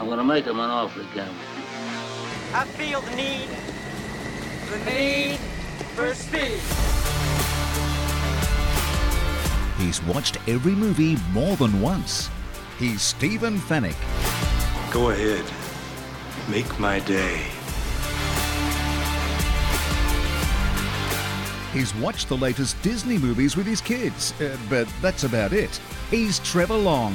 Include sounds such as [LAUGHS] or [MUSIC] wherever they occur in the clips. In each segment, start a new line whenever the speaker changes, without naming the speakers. gonna make him an offer again.
I feel the need, the need for speed.
He's watched every movie more than once. He's Stephen Fennick.
Go ahead. Make my day.
He's watched the latest Disney movies with his kids, uh, but that's about it. He's Trevor Long.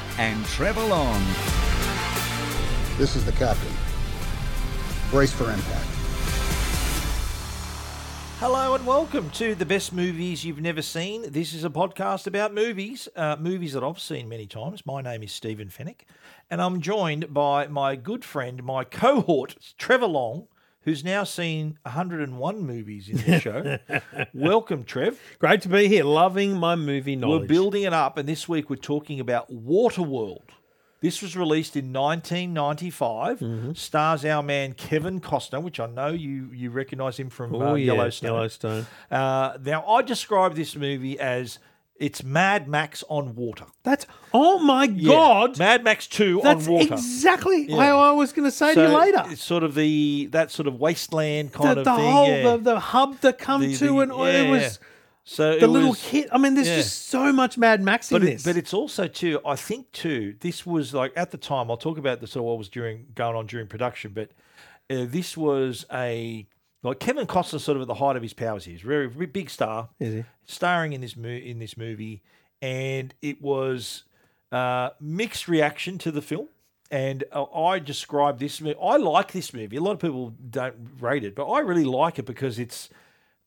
and Trevor Long.
This is the captain. Brace for impact.
Hello and welcome to the best movies you've never seen. This is a podcast about movies, uh, movies that I've seen many times. My name is Stephen Fennick, and I'm joined by my good friend, my cohort, Trevor Long, who's now seen 101 movies in this show.
[LAUGHS]
welcome, Trev.
Great to be here. Loving my movie knowledge.
We're building it up, and this week we're talking about Waterworld. This was released in 1995.
Mm-hmm.
Stars our man Kevin Costner, which I know you you recognise him from
Oh,
uh,
yeah,
Yellowstone.
Yellowstone.
Uh, now I describe this movie as it's Mad Max on water.
That's oh my god.
Mad Max Two
That's
on water.
exactly
Yeah.
how I was going to say to you
So
later.
It's sort of the that sort of wasteland kind
The,
of
the
thing.
whole
yeah.
the, the hub to come
The-
to,
the-
and it
yeah.
was
so
the
it
little
was-
kid. I mean, there's
yeah.
just so much Mad Max in
But, it,
this.
but it's also too. I think too. This was like at the time. I'll talk about the sort of what was during going on during production. But uh, this was a like Kevin Costner, sort of at the height of his powers. He's very, very big star.
Is he?
starring in this mo- in this movie? And it was uh, mixed reaction to the film. And uh, I describe this movie. I like this movie. A lot of people don't rate it, but I really like it because it's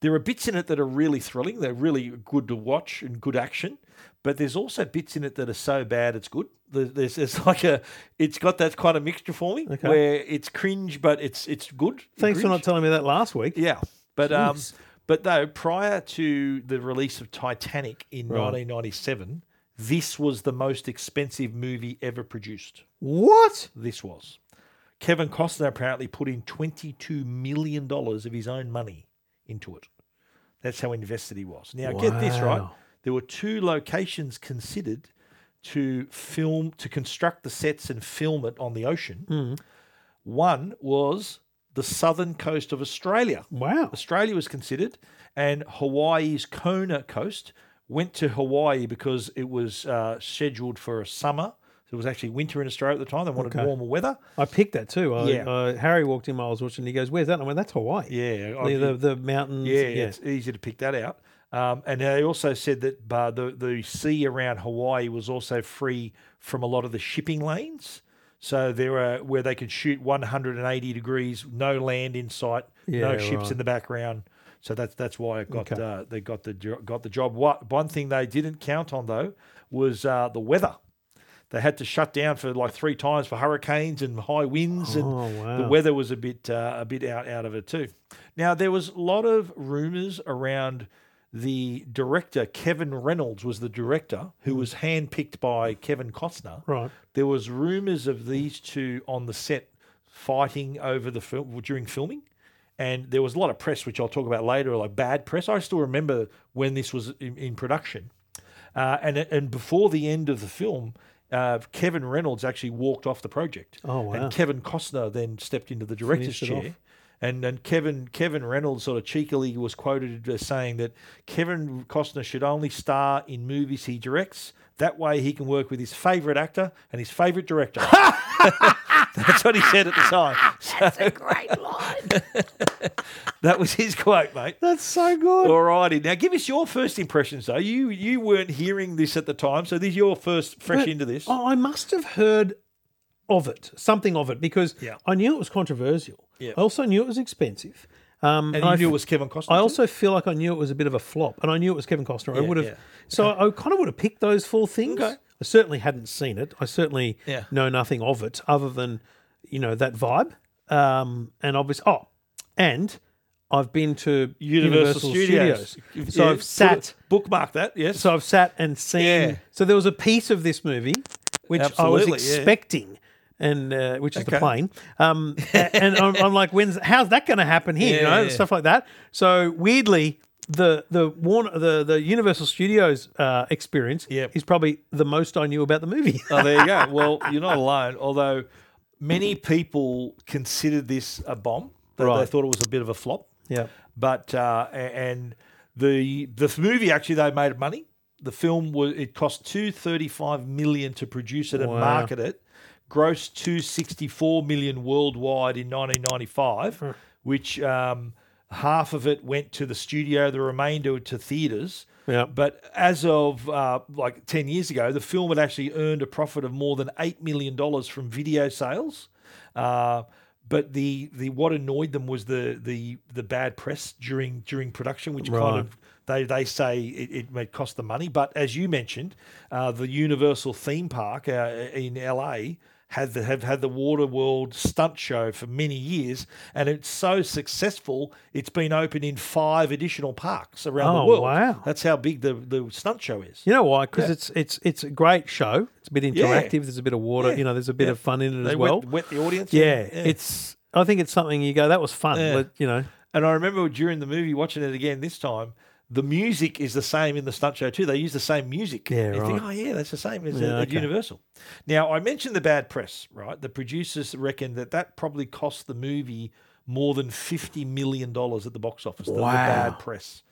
there are bits in it that are really thrilling. They're really good to watch and good action. But there's also bits in it that are so bad it's good. There- There's, there's like a, it's got that kind of mixture for me
Okay.
where it's cringe, but it's it's good.
Thanks for
Cringe.
not telling me that last week.
Yeah, but um,
Jeez.
but though prior to the release of Titanic in
Right.
1997, this was the most expensive movie ever produced.
What?
This was. Kevin Costner apparently put in 22 million dollars of his own money into it. That's how invested he was. Now get this right.
Wow.
There were two locations considered to film to construct the sets and film it on the ocean.
Hmm.
One was the southern coast of Australia.
Wow.
Australia was considered, and Hawaii's Kona coast went to Hawaii because it was uh, scheduled for a summer. So it was actually winter in Australia at the time. They wanted
Okay.
warmer weather.
I picked that too. I,
Yeah.
I- Harry walked in while I was watching. And he goes, "Where's that?" And I went, "That's Hawaii."
Yeah, I-
The, the, the mountains.
yeah, it's easy to pick that out. Um, and they also said that uh, the the sea around Hawaii was also free from a lot of the shipping lanes. So there are where they could shoot 180 degrees, no land in sight, no
Yeah,
ships
right.
in the background. So that's that's why it got
Okay.
uh, they got the jo- got the job. What one thing they didn't count on though was uh, the weather. They had to shut down for like three times for hurricanes and high winds, and
Oh,
the
wow.
weather was a bit uh, a bit out out of it too. Now there was a lot of rumors around the director Kevin Reynolds was the director who was handpicked by Kevin Costner.
Hmm. Right.
There was rumors of these two on the set fighting over the film during filming. And there was a lot of press, which I'll talk about later, like bad press. I still remember when this was in, in production. Uh, and and before the end of the film, uh, Kevin Reynolds actually walked off the project.
Oh, wow.
And Kevin Costner then stepped into the director's
Finished it off.
chair, And and Kevin Kevin Reynolds sort of cheekily was quoted as saying that Kevin Costner should only star in movies he directs. That way he can work with his favourite actor and his favourite
[LAUGHS]
director. That's what he said at the time. That's a great line. [LAUGHS] that was his quote, mate.
That's so good.
All righty. Now, give us your first impressions, though. You you weren't hearing this at the time, so this is your first fresh
But
into this.
I I must have heard of it, something of it, because
Yeah.
I knew it was controversial.
Yeah.
I also knew it was expensive. Um,
and
I
you knew
f-
it was Kevin Costner.
I
too?
also feel like I knew it was a bit of a flop, and I knew it was Kevin Costner. I
Yeah,
would have,
yeah.
so I, kind of would have picked those four things.
Okay.
I certainly hadn't seen it. I certainly
Yeah.
know nothing of it other than you know that vibe. Um, and obviously, oh, and I've been to
Universal, Studios.
Studios.
You've-
So
yeah,
I've
put
sat.
it- bookmark that. Yes.
So I've sat and seen.
Yeah.
So there was a piece of this movie which I
Absolutely,
was
yeah.
expecting, and uh, which is
Okay.
the plane. Um, a- and I'm, I'm like, when's how's that going to happen here? you
Yeah,
know,
yeah.
stuff like that. So weirdly, the the Warner, the the Universal Studios uh, experience
Yep.
is probably the most I knew about the movie. [LAUGHS]
oh, there you go. Well, you're not alone. Although many people considered this a bomb. They, they
Right.
thought it was a bit of a flop.
yeah.
But uh, a- and the the movie actually they made money. The film was it cost two thirty five million to produce it and
Wow.
market it. Gross two sixty four million worldwide in nineteen ninety five, which um, half of it went to the studio, the remainder to theaters.
Yeah.
But as of uh, like ten years ago, the film had actually earned a profit of more than eight million dollars from video sales. Uh, but the the what annoyed them was the the the bad press during during production, which kind
Right.
of they they say it, it may cost them money. But as you mentioned, uh, the Universal theme park uh, in LA. Had the, have had the Waterworld stunt show for many years, and it's so successful. It's been opened in five additional parks around the
Oh,
world.
wow.
That's how big the, the stunt show is.
You know why? Because it's it's it's a great show. It's a bit interactive. There's a bit of water.
Yeah.
You know, there's a bit
Yeah.
of fun in it
They
as
wet-
well.
wet, the audience.
yeah,
and-
it's. I think it's something you go. That was fun.
Yeah.
Let- you know.
And I remember during the movie watching it again this time, the music is the same in the stunt show too. They use the same music.
Yeah,
you think,
right.
oh yeah, that's the same as
Yeah,
at
okay.
Universal. Now I mentioned the bad press, right? The producers reckon that that probably cost the movie more than fifty million dollars at the box office. the- The,
Wow.
bad press.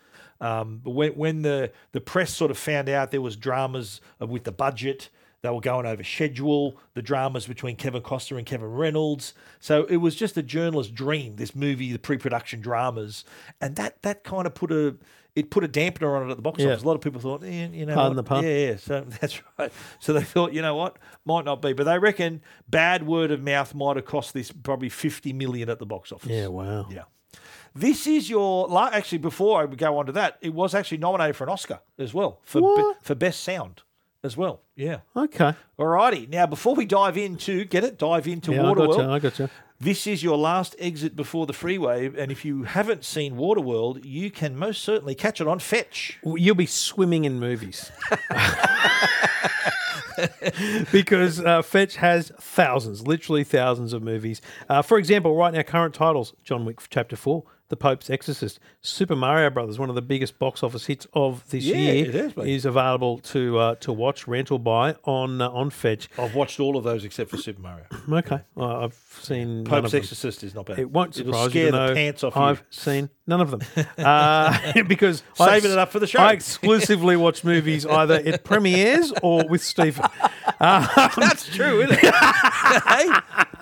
Um, but when when the the press sort of found out there was dramas uh, with the budget. They were going over schedule, the dramas between Kevin Costner and Kevin Reynolds. So it was just a journalist's dream. This movie, the pre-production dramas, and that that kind of put a it put a dampener on it at the box
Yeah.
office. A lot of people thought, eh, you know,
Pardon
what?
the pun.
yeah, yeah. So [LAUGHS] that's right. So they thought, you know what, might not be, but they reckon bad word of mouth might have cost this probably fifty million at the box office.
Yeah. Wow.
Yeah. This is your la- actually before I go on to that, it was actually nominated for an Oscar as well for be-
What?
for best sound as well. Yeah.
Okay.
Alrighty. Now before we dive into get it, dive into
Yeah, I
Waterworld.
gotcha. I gotcha.
This is your last exit before the freeway, and if you haven't seen Waterworld, you can most certainly catch it on Fetch.
Well, You'll be swimming in movies. [LAUGHS] because uh, Fetch has thousands, literally thousands of movies. Uh, for example, right now, current titles John Wick Chapter 4, The Pope's Exorcist, Super Mario Brothers, one of the biggest box office hits of this
Yeah,
year,
it is, mate.
available to uh, to watch, rent, or buy on uh, on Fetch.
I've watched all of those except for Super Mario.
Okay. Uh, I've seen. none of
Pope's
them.
Exorcist is not bad.
It won't
It'll
surprise
scare
you to
the
know
pants off
I've
you.
seen none of them
[LAUGHS]
uh, [LAUGHS] because I
Saving it up for the show.
I exclusively watch movies either at premieres or with
[LAUGHS]
Um, Stephen.
That's true, isn't it? [LAUGHS] Hey?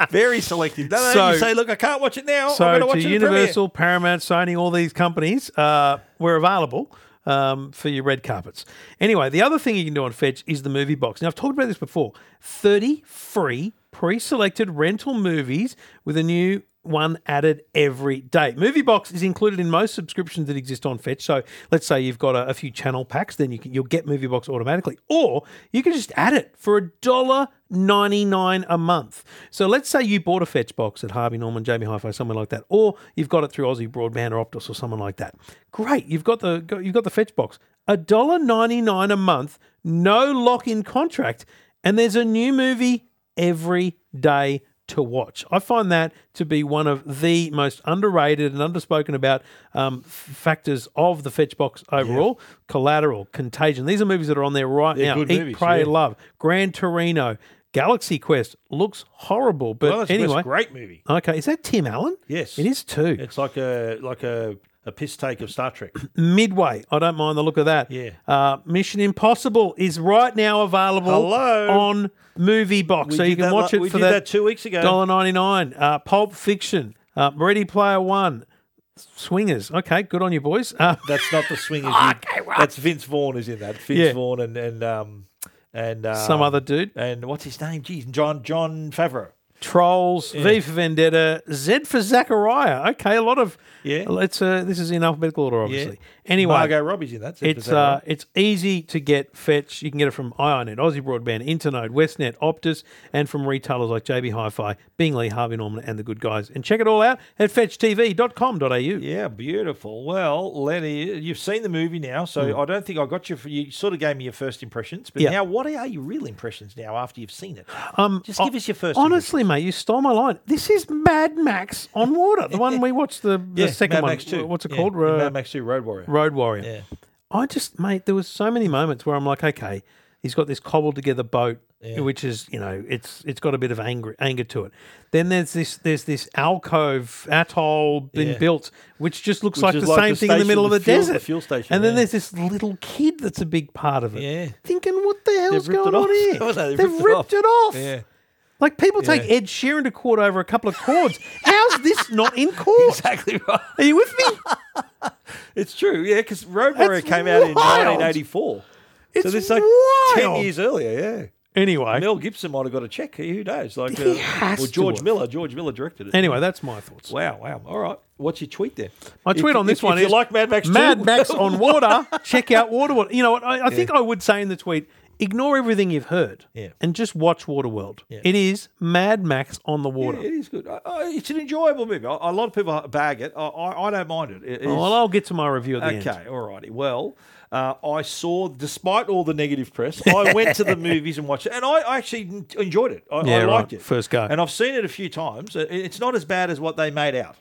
Very selective. No, no, you
So-
say, look, I can't watch it now. I'm
So
going to watch
to
it in premiere."
Universal, Paramount, Sony, all these companies, uh, we're available um, for your red carpets. Anyway, the other thing you can do on Fetch is the movie box. Now I've talked about this before. Thirty free pre-selected rental movies with a new one added every day. Movie box is included in most subscriptions that exist on Fetch. So let's say you've got a, a few channel packs, then you can, you'll get movie box automatically, or you can just add it for a dollar 99 a month. So let's say you bought a Fetch box at Harvey Norman, Jamie Hi-Fi, somewhere like that, or you've got it through Aussie Broadband or Optus or someone like that. Great, you've got the got- you've got the Fetch box, a dollar 99 a month, no lock-in contract, and there's a new movie every day to watch. I find that to be one of the most underrated and underspoken about um, f- factors of the Fetch box overall. Collateral, Contagion. These are movies that are on there right now.
good
Eat,
movies,
Pray,
yeah.
Love, Gran Torino, Galaxy Quest looks horrible, but
Well, it's it's
anyway,
Oh, a great movie.
okay, is that Tim Allen?
Yes.
it is too.
It's like a like a, a piss take of Star Trek.
Midway. I don't mind the look of that.
Yeah.
Uh, Mission Impossible is right now available
Hello.
on Movie Box,
We
so you
did
can
that
watch
la-
it
we
for
did that two weeks ago.
Dollar ninety nine. Uh, Pulp Fiction. Uh, Ready Player One. Swingers. Okay, good on you boys. Uh,
That's not the [LAUGHS] swingers.
Okay,
okay,
well.
That's Vince Vaughn is in that. Vince
Yeah.
Vaughn and and um and uh,
Some other dude.
And what's his name? Geez, John John Favreau.
Trolls. V for Vendetta. Z for Zachariah. Okay, a lot of
Yeah.
It's uh, this is in alphabetical order, obviously. Anyway,
Margot Robbie's in that. so
It's
is that right?
uh, it's easy to get fetch. You can get it from IONet, Aussie Broadband, Internode, Westnet, Optus, and from retailers like JB Hi-Fi, Bingley, Harvey Norman, and the good guys. And check it all out at fetchtv.com.au.
Yeah, beautiful. Well, Lenny, you've seen the movie now, so I don't think I got you. For, you sort of gave me your first impressions, but
Hmm. Yeah.
now what are your real impressions now after you've seen it?
Um,
Just give us your first.
Honestly, mate, you stole my line. This is Mad Max on water. The one we watched the,
[LAUGHS]
the
impression.
second
Mad
one.
Max 2.
What's it
Yeah,
called? Uh, Ro-
Mad Max Two Road Warrior.
Road Warrior.
Yeah.
I just, mate, there was so many moments where I'm like, okay, he's got this cobbled together boat, which is, you know, it's it's got a bit of anger anger to it. Then there's this there's this alcove atoll been
Yeah.
built, which just looks
Which
like
is
the
like
same
the
thing in the
station,
middle of
the
the
fuel-
desert.
the fuel station,
And then
yeah.
there's this little kid that's a big part of it.
Yeah.
Thinking, what the hell's
ripped it
going on
off. [LAUGHS]
here?
Haven't they? They've
They've
ripped it off.
ripped it off.
Yeah.
Like people take
Yeah.
Ed Sheeran to court over a couple of chords. How's this not in
[LAUGHS]
court?
Exactly right.
Are you with
[LAUGHS]
me?
It's true. Yeah, because Road Warrior came out in
wild.
1984.
It's
so this is like
wild.
ten years earlier.
Anyway,
Yeah, Mel Gibson might have got a check. Who knows? Like, uh,
He has
well,
to
George
have.
Miller. George Miller directed it.
Anyway, that's my thoughts.
Wow, wow. All right. What's your tweet there?
My tweet
If-
on this
if-
one
if
is
you like Mad Max 2,
Mad
[LAUGHS]
Max on water. Check out Water World. You know what? I, I think I would say in the tweet, ignore everything you've heard
Yeah.
and just watch Waterworld. It is Mad Max on the water.
It is good. I, I, it's an enjoyable movie. A, a lot of people bag it. I, I, I don't mind it. It
Oh,
is-
well, I'll get to my review at the end.
okay, all righty. Well, uh, I saw, despite all the negative press, I went
[LAUGHS]
to the movies and watched it, and I, I actually en- enjoyed it. I, I
Yeah, right.
liked it.
First go.
And I've seen it a few times. It- It's not as bad as what they made out.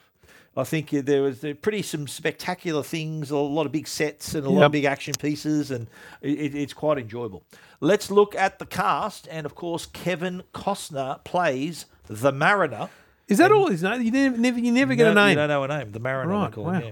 I think there was there were pretty some spectacular things, a lot of big sets and a lot
Yep.
of big action pieces, and it, it's quite enjoyable. Let's look at the cast, and of course, Kevin Costner plays the Mariner.
Is that all? Is no, you never, never, you never get a
No,
name.
You don't know a name. The Mariner.
Right,
Right, call him,
wow.
yeah.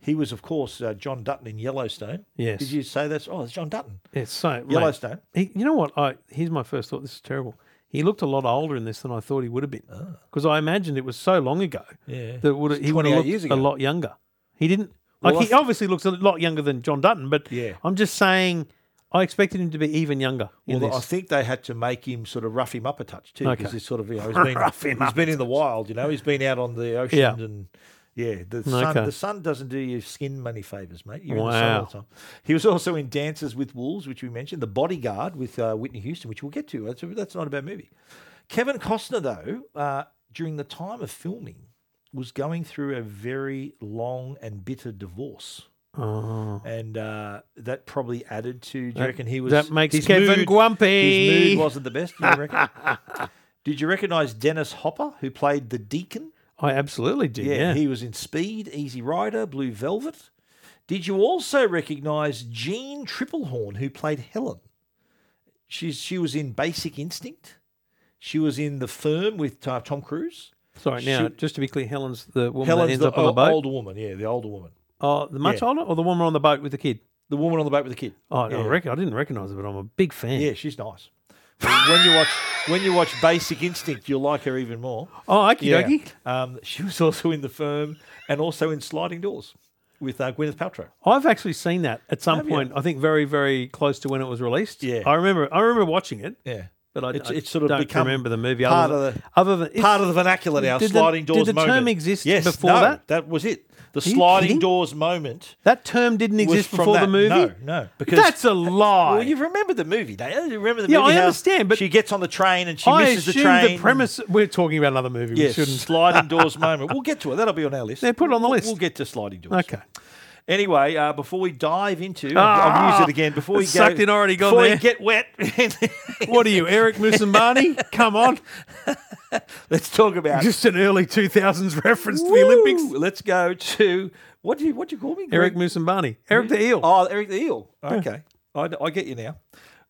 He was, of course, uh, John Dutton in Yellowstone.
Yes.
Did you say that's? Oh, it's John Dutton.
It's so mate,
Yellowstone.
he- you know what? I here's my first thought. This is terrible. He looked a lot older in this than I thought he would have been because I imagined it was so long ago
Ah. Yeah.
that would he would
28
have looked
years
a
ago.
lot younger. He didn't. Like
Well, I
he
th-
obviously looks a lot younger than John Dutton, but
Yeah.
I'm just saying I expected him to be even younger. In
Well, I
this.
think they had to make him sort of rough him up a touch too, because
Okay.
he's sort of you
[LAUGHS]
know he's been
Rough him
he's
up
been in the wild, you know, he's been out on the ocean
Yeah.
and yeah, the sun
Okay.
the sun doesn't do your skin many favors, mate. You're in the sun
Wow.
all the time. He was also in Dances with Wolves, which we mentioned, The Bodyguard with uh, Whitney Houston, which we'll get to. That's, that's not a bad movie. Kevin Costner, though, uh, during the time of filming, was going through a very long and bitter divorce.
Oh.
and uh, that probably added to. Do you
That-
reckon he was?
that makes Kevin grumpy.
His mood wasn't the best. Do you
[LAUGHS]
reckon? Did you recognise Dennis Hopper, who played the Deacon?
I absolutely did. Yeah,
he was in Speed, Easy Rider, Blue Velvet. Did you also recognise Jean Triplehorn, who played Helen? She's she was in Basic Instinct. She was in The Firm with uh, Tom Cruise.
Sorry. Now,
shoot.
just to be clear, Helen's the woman
Helen's
that ends
the
up on the
o-
boat.
older woman. Yeah, the older woman.
oh, the much
yeah.
older, or the woman on the boat with the kid.
The woman on the boat with the kid.
Oh, I
Yeah.
reckon I didn't recognise her, but I'm a big fan.
Yeah, she's nice. when you watch when you watch Basic Instinct, you'll like her even more.
Oh, okie
Yeah.
dokie.
Um, she was also in the firm and also in Sliding Doors with uh, Gwyneth Paltrow.
I've actually seen that at some
Have you?
point. I think very, very close to when it was released.
Yeah.
I remember. I remember watching it,
Yeah,
but I,
It's-
I
it's sort of
don't
become
remember the movie.
part
other
of
than,
the-
other than it's-
part of the vernacular now.
Did the-
sliding
did
doors.
the term
moment.
exist
yes,
before
no,
that?
That was it. The
you
sliding
kidding?
doors moment
that term didn't
was
exist
from
before the
that.
movie.
No, no, because
that's a lie.
Well, you've remembered the movie. They you remember the
Yeah,
movie.
I
how
understand, but-
she gets on the train and she
I
misses the
assume
train.
the premise. We're talking about another movie.
Yes,
We
[LAUGHS]
shouldn't.
sliding doors moment. We'll get to it. That'll be on our list.
Yeah, put it on the list.
We'll get to sliding doors. [LAUGHS]
[LAUGHS] Okay.
Anyway, uh, before we dive into,
Ah,
I've used it again. Before we go,
sucked in already gone
Before we
there.
get wet, [LAUGHS]
What are you, Eric Musambani?
[LAUGHS]
Come on,
let's talk about
just an early two thousands reference to the
Woo!
Olympics.
Let's go to what do you what do you call me?
Eric
Greg?
Musambani, Eric the Eel.
Oh, Eric the Eel. Okay, I, I get you now.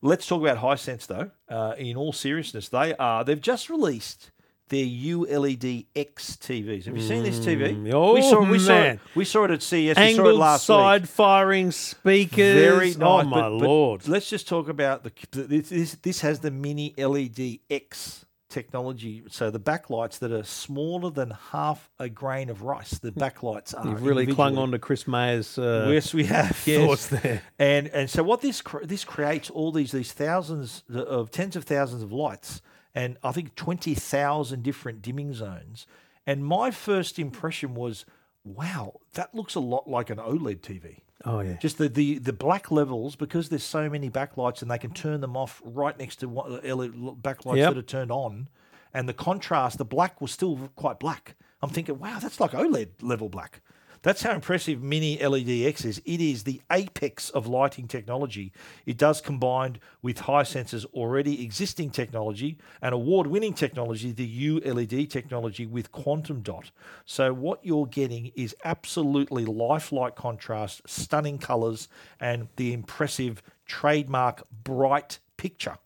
Let's talk about High Sense though. Uh, in all seriousness, they are. They've just released their ULED X TVs. Have you seen this TV?
oh,
we saw. We saw. It,
man.
we saw it at CES. we saw it
Angled
last
side
week.
firing speakers.
Very nice.
Oh
but-
my
but
lord!
Let's just talk about the this, this. This has the mini LED X technology, so the backlights that are smaller than half a grain of rice. The backlights are.
You've really clung
individually.
on to Chris Mayer's. Uh,
Yes, we have.
[LAUGHS] thoughts there.
And and so what this cr- this creates all these these thousands of tens of thousands of lights, and I think twenty thousand different dimming zones. And my first impression was, wow, that looks a lot like an E OLED TV.
oh yeah.
Just the, the, the black levels because there's so many backlights and they can turn them off right next to one, the LED backlights
Yep.
that are turned on, and the contrast, the black was still quite black. I'm thinking, wow, that's like OLED level black. That's how impressive Mini LED X is. It is the apex of lighting technology. It does combined with high sensors already existing technology and award-winning technology, the ULED technology with quantum dot. So what you're getting is absolutely lifelike contrast, stunning colors, and the impressive trademark bright picture.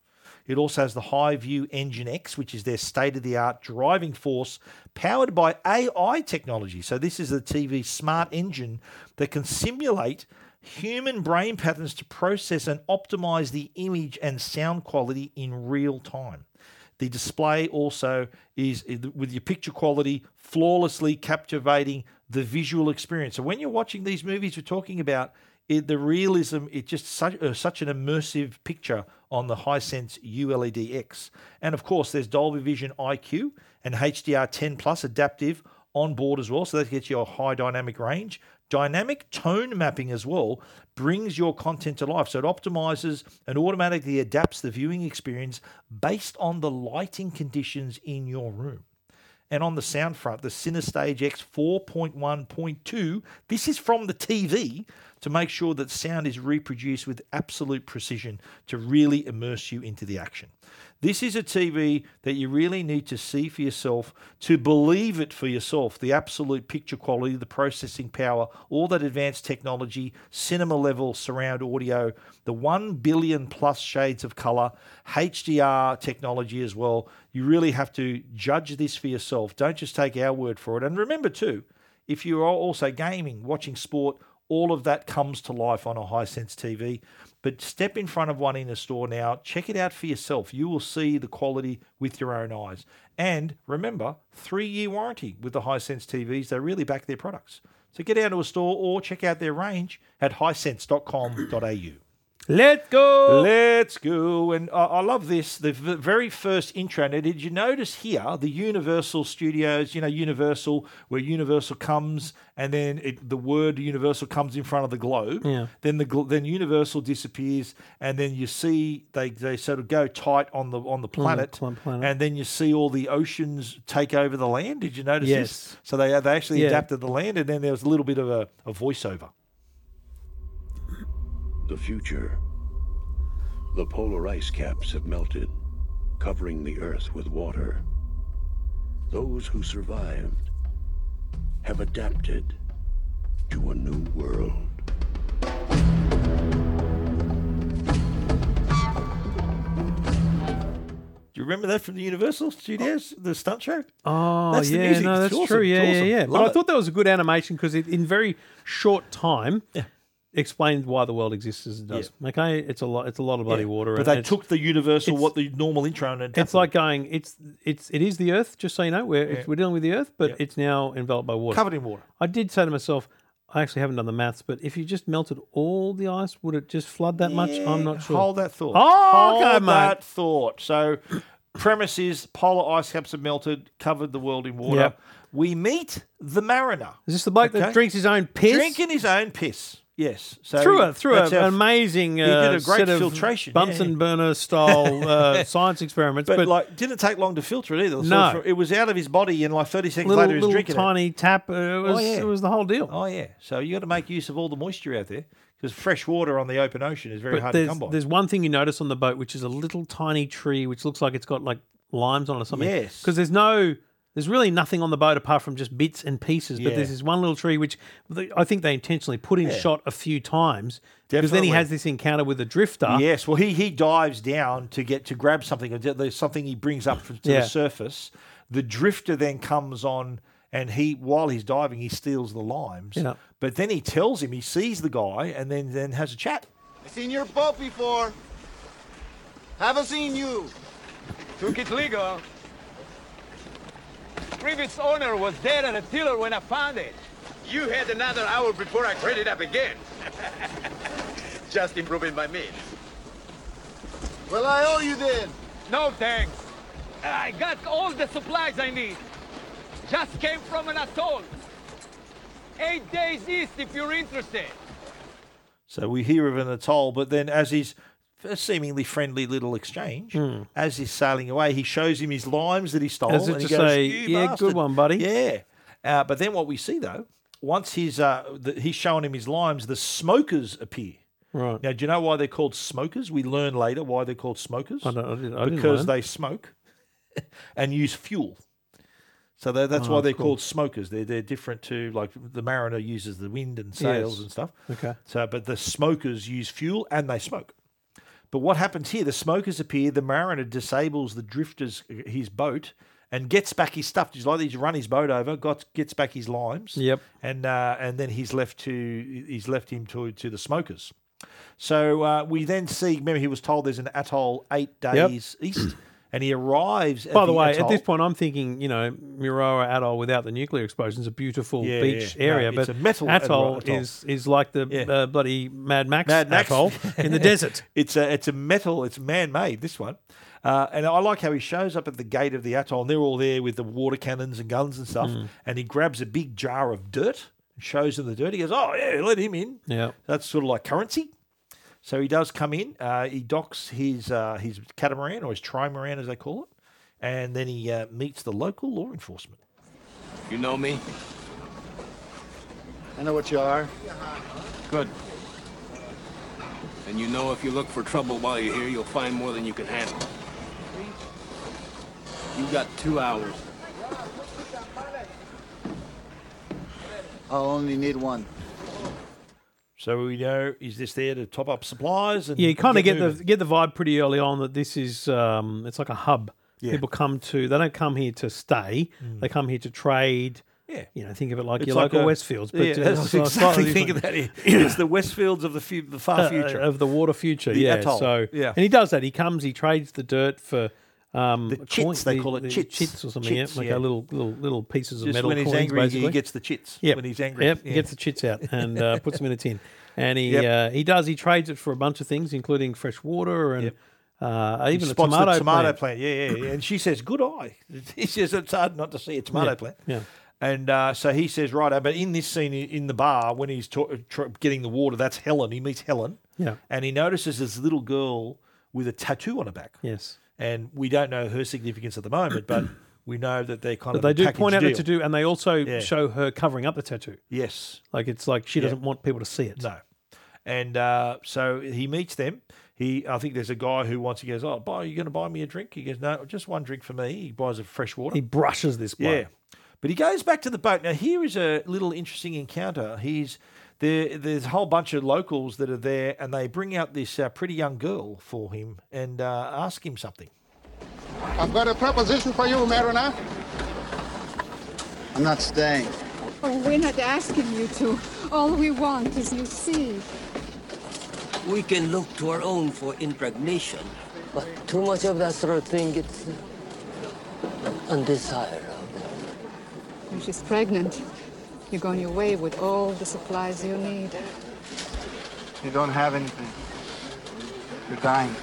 It also has the High View Engine X, which is their state of the art driving force powered by AI technology. So, this is the TV smart engine that can simulate human brain patterns to process and optimize the image and sound quality in real time. The display also is with your picture quality flawlessly captivating the visual experience. So when you're watching these movies, we're talking about it, the realism. It's just such, uh, such an immersive picture on the Hisense ULED X, and of course there's Dolby Vision IQ and HDR10 Plus adaptive on board as well. So that gets you a high dynamic range. Dynamic tone mapping as well brings your content to life. So it optimizes and automatically adapts the viewing experience based on the lighting conditions in your room. And on the sound front, the CineStage X 4.1.2, this is from the TV to make sure that sound is reproduced with absolute precision to really immerse you into the action. This is a TV that you really need to see for yourself to believe it for yourself. The absolute picture quality, the processing power, all that advanced technology, cinema level surround audio, the 1 billion plus shades of color, HDR technology as well. You really have to judge this for yourself. Don't just take our word for it. And remember, too, if you are also gaming, watching sport, all of that comes to life on a high sense TV. But step in front of one in a store now, check it out for yourself. You will see the quality with your own eyes. And remember, three year warranty with the high sense TVs, they really back their products. So get out to a store or check out their range at highsense.com.au.
Let go.
Let's go. And I, I love this. The v- very first intro. Now, did you notice here the Universal Studios? You know, Universal, where Universal comes, and then it, the word Universal comes in front of the globe.
Yeah.
Then the gl- then Universal disappears, and then you see they, they sort of go tight on the on the planet,
pl- planet.
and then you see all the oceans take over the land. Did you notice
Yes.
this? So they they actually
Yeah.
adapted the land, and then there was a little bit of a, a voiceover.
The future. The polar ice caps have melted, covering the Earth with water. Those who survived have adapted to a new world.
Do you remember that from the Universal Studios, the stunt show?
Oh
That's the
yeah,
music.
no,
It's
that's
awesome.
true.
It's
Yeah,
awesome.
yeah, yeah.
Love
But I
it.
thought that was a good animation because it, in very short time, explained why the world exists as it does. Okay, it's a lot. It's a lot of bloody water.
But
and
they
it's-
took the universal,
it's-
what the normal intro, and adapted
It's like going. It's it's it is the Earth. Just so you know, we're it's, we're dealing with the Earth, but
Yeah.
it's now enveloped by
it.
water.
covered in water.
I did say to myself, I actually haven't done the maths, but if you just melted all the ice, would it just flood that much? I'm not sure.
Hold that thought.
Oh,
Hold
okay, mate.
that thought. So, [CLEARS THROAT] premise is polar ice caps have melted, covered the world in water.
Yep.
We meet the mariner
Is this the bloke
Okay.
that drinks his own piss?
drinking his own piss. Yes, so
through a through a,
that's
an
our-
amazing
did
uh,
a great
set of
filtration,
Bunsen
yeah.
burner style
[LAUGHS]
uh, science experiments,
But,
but,
like, didn't take long to filter it either. So
No.
from- it was out of his body, and like thirty seconds
little
later, he was
little
drinking it.
tiny tap. uh, It was
yeah.
it was the whole deal.
Oh yeah, so you got to make use of all the moisture out there because fresh water on the open ocean is very
but
hard to
there's,
come by.
there's one thing you notice on the boat, which is a little tiny tree, which looks like it's got like limes on it or something.
Yes.
because there's no There's really nothing on the boat apart from just bits and pieces. But
Yeah.
there's this one little tree which th- I think they intentionally put in shot a few times because then
Definitely.
he has this encounter with the drifter.
Yes, well, he he dives down to get to grab something. There's something he brings up from, to
Yeah.
the surface. The drifter then comes on, and he while he's diving, he steals the limes.
Yeah.
But then he tells him he sees the guy, and then then has a chat.
I seen your boat before. Haven't seen you.
Took it legal. Previous owner was dead at the tiller when I found it.
You had another hour before I traded up again. [LAUGHS] Just improving my means. Well, I owe you then.
No thanks. I got all the supplies I need. Just came from an atoll. Eight days east if you're interested.
So we hear of an atoll, but then as he's a seemingly friendly little exchange, as he's sailing away, he shows him his limes that he stole.
Hmm. As if
and he
to
goes,
say,
"You
"Yeah, good
bastard."
one, buddy.
Yeah. Uh, but then what we see, though, once he's, uh, the, he's shown him his limes, the smokers appear.
Right.
Now, do you know why they're called smokers? We learn later why they're called smokers.
I don't- I didn't- I didn't
because
learn.
they smoke [LAUGHS] and use fuel. So tha- that's
Oh,
why they're
cool.
called smokers. They're they're different to like the mariner uses the wind and sails
Yes.
and stuff.
Okay.
So, but the smokers use fuel and they smoke. But what happens here? The smokers appear. The mariner disables the drifter's uh, his boat and gets back his stuff. He's like he's run his boat over. Got gets back his limes.
Yep.
And uh, and then he's left to he's left him to to the smokers. So uh, we then see. Remember, he was told there's an atoll eight
Yep.
days east, and he arrives. at
By the way, at
atoll.
this point, I'm thinking, you know, Muroa Atoll without the nuclear explosion is a beautiful
Yeah,
beach
yeah. No,
area,
it's
but
a metal
atoll,
atoll. Atoll.
is is like the
Yeah.
uh, bloody Mad Max,
Mad Max.
atoll
[LAUGHS]
in the desert.
It's a it's a metal. It's man made. This one, uh, and I like how he shows up at the gate of the atoll, and they're all there with the water cannons and guns and stuff.
Hmm.
And he grabs a big jar of dirt and shows them the dirt. He goes, "Oh yeah, let him in."
Yeah.
that's sort of like currency. So he does come in. Uh, he docks his uh, his catamaran or his trimaran, as they call it, and then he uh, meets the local law enforcement.
You know me?
I know what you are.
Good. And you know if you look for trouble while you're here, you'll find more than you can handle. You got two hours.
I'll only need one.
So we know is this there to top up supplies? And
Yeah, you kind of get
moving?
the get the vibe pretty early on that this is um, it's like a hub. People come to they don't come here to stay. They come here to trade.
Mm. Yeah.
you know, think of it like
It's
your
like
local
a-
Westfields, but
yeah, [LAUGHS]
uh, [LAUGHS]
that's
it's like
exactly
slightly
think of
different. [LAUGHS]
that. It's the Westfields of the, fu- the far
Uh,
future.
of the water future.
The
yeah,
atoll,
so
yeah.
and he does that. He comes, he trades the dirt for. Um,
The
a
chits,
coin-
they
the-
call it
the
chits.
or something,
Chits,
yeah, like
yeah.
a little little little pieces of
Just
metal
when he's
coins,
angry,
basically.
he gets the chits.
Yep.
When he's angry,
Yep,
yeah.
gets the
[LAUGHS]
chits out and uh, puts them in a tin. And he
Yep.
uh, he does. He trades it for a bunch of things, including fresh water and
Yep.
uh, even a
spots
tomato,
the tomato
plant.
plant. Yeah, yeah, yeah. And she says, "Good eye." [LAUGHS] He says, "It's hard not to see a tomato
Yeah,
plant."
yeah.
And uh, so he says, "Right." But in this scene i- in the bar, when he's ta- tr- getting the water, that's Helen. He meets Helen.
Yeah.
And he notices this little girl with a tattoo on her back.
Yes,
And we don't know her significance at the moment, but [CLEARS THROAT] we know that they're kind
but
of
they
a
do
package
point out
deal.
the to do, and they also
Yeah.
show her covering up the tattoo.
Yes.
Like it's like she doesn't want people to see it.
No. And uh, so he meets them. He, I think there's a guy who wants. He goes, "Oh, buy, you going to buy me a drink?" He goes, "No, just one drink for me." He buys a fresh water.
He brushes this bloke.
yeah, but he goes back to the boat. Now here is a little interesting encounter. He's there. There's a whole bunch of locals that are there, and they bring out this uh, pretty young girl for him and uh, ask him something.
I've got a proposition for you, Mariner.
I'm not staying.
Oh, we're not asking you to. All we want is you see.
We can look to our own for impregnation.
But too much of that sort of thing gets undesirable. When she's pregnant, you're going your way with all the supplies you need.
You don't have anything. You're dying.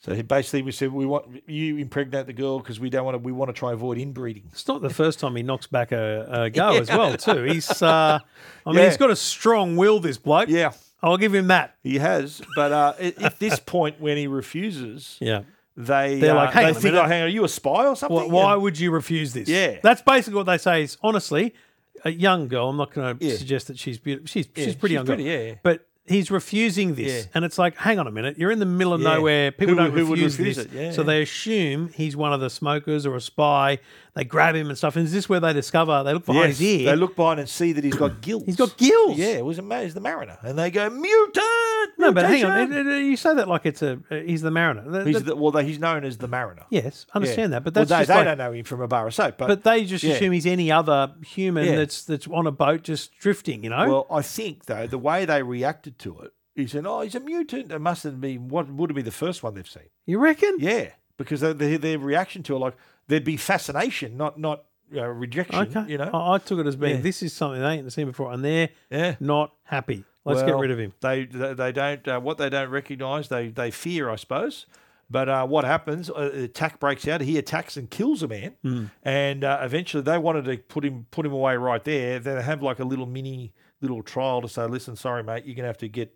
So he basically we said we want you impregnate the girl because we don't want to. We want to try avoid inbreeding.
It's not the first time he knocks back a, a go as well, too. He's, uh, I mean,
Yeah.
he's got a strong will. This bloke.
Yeah.
I'll give him that.
He has, but uh, at, at this point when he refuses,
Yeah.
they
They're
uh,
like, "Hang
they
on a
think,
minute.
"Oh, hang on, are you a spy or something?
Why, why
And-
would you refuse this?
um, Yeah.
That's basically what they say. Is honestly, a young girl. I'm not going to
Yeah.
suggest that she's beautiful. She's
Yeah,
she's pretty
she's
young.
pretty,
girl.
yeah, yeah.
But he's refusing this,
Yeah.
and it's like, hang on a minute, you're in the middle of
Yeah.
nowhere. People
Who-
don't
who would
refuse,
refuse
this,
it? Yeah,
so
yeah.
they assume he's one of the smokers or a spy. They grab him and stuff. And is this where they discover they look behind
Yes,
his ear?
they look behind and see that he's
[COUGHS]
got gills. He's got
gills.
Yeah, it was amazing. The Mariner, and they go mutant.
No, but hang on,
mutation!"
it- it- you say that like it's a uh, he's the Mariner. The-
He's
the-
the, well, they- he's known as the Mariner.
yes, understand
Yeah.
that, but that's
well, they,
just
they
like-
don't know him from a bar of soap. But,
But, they just
yeah.
assume he's any other human
Yeah.
that's that's on a boat just drifting, you know?
Well, I think though the way they reacted to it, he said, "Oh, he's a mutant." It must have been what would have been the first one they've seen.
you reckon?
Yeah, because their their their reaction to it, like there'd be fascination, not not you know, rejection.
Okay. Oh,
You know,
I, I took it as being
Yeah.
this is something they ain't seen before, and they're
Yeah.
not happy. Let's get
Well,
rid of him.
They they, they don't uh, what they don't recognise. They they fear, I suppose. But uh, what happens? Uh, the attack breaks out. He attacks and kills a man,
Mm.
and uh, eventually they wanted to put him put him away right there. Then they have like a little mini little trial to say, listen, sorry mate, you're gonna have to get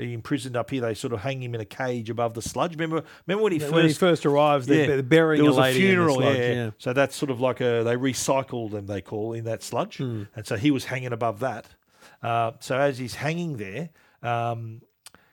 uh, imprisoned up here. They sort of hang him in a cage above the sludge. Remember, remember when he first
When he first arrives, they're bu- burying
there
a
was
lady in the
funeral.
sludge,
yeah.
yeah.
so that's sort of like a they recycle them they call in that sludge,
Hmm.
and so he was hanging above that. Uh, so as he's hanging there, um,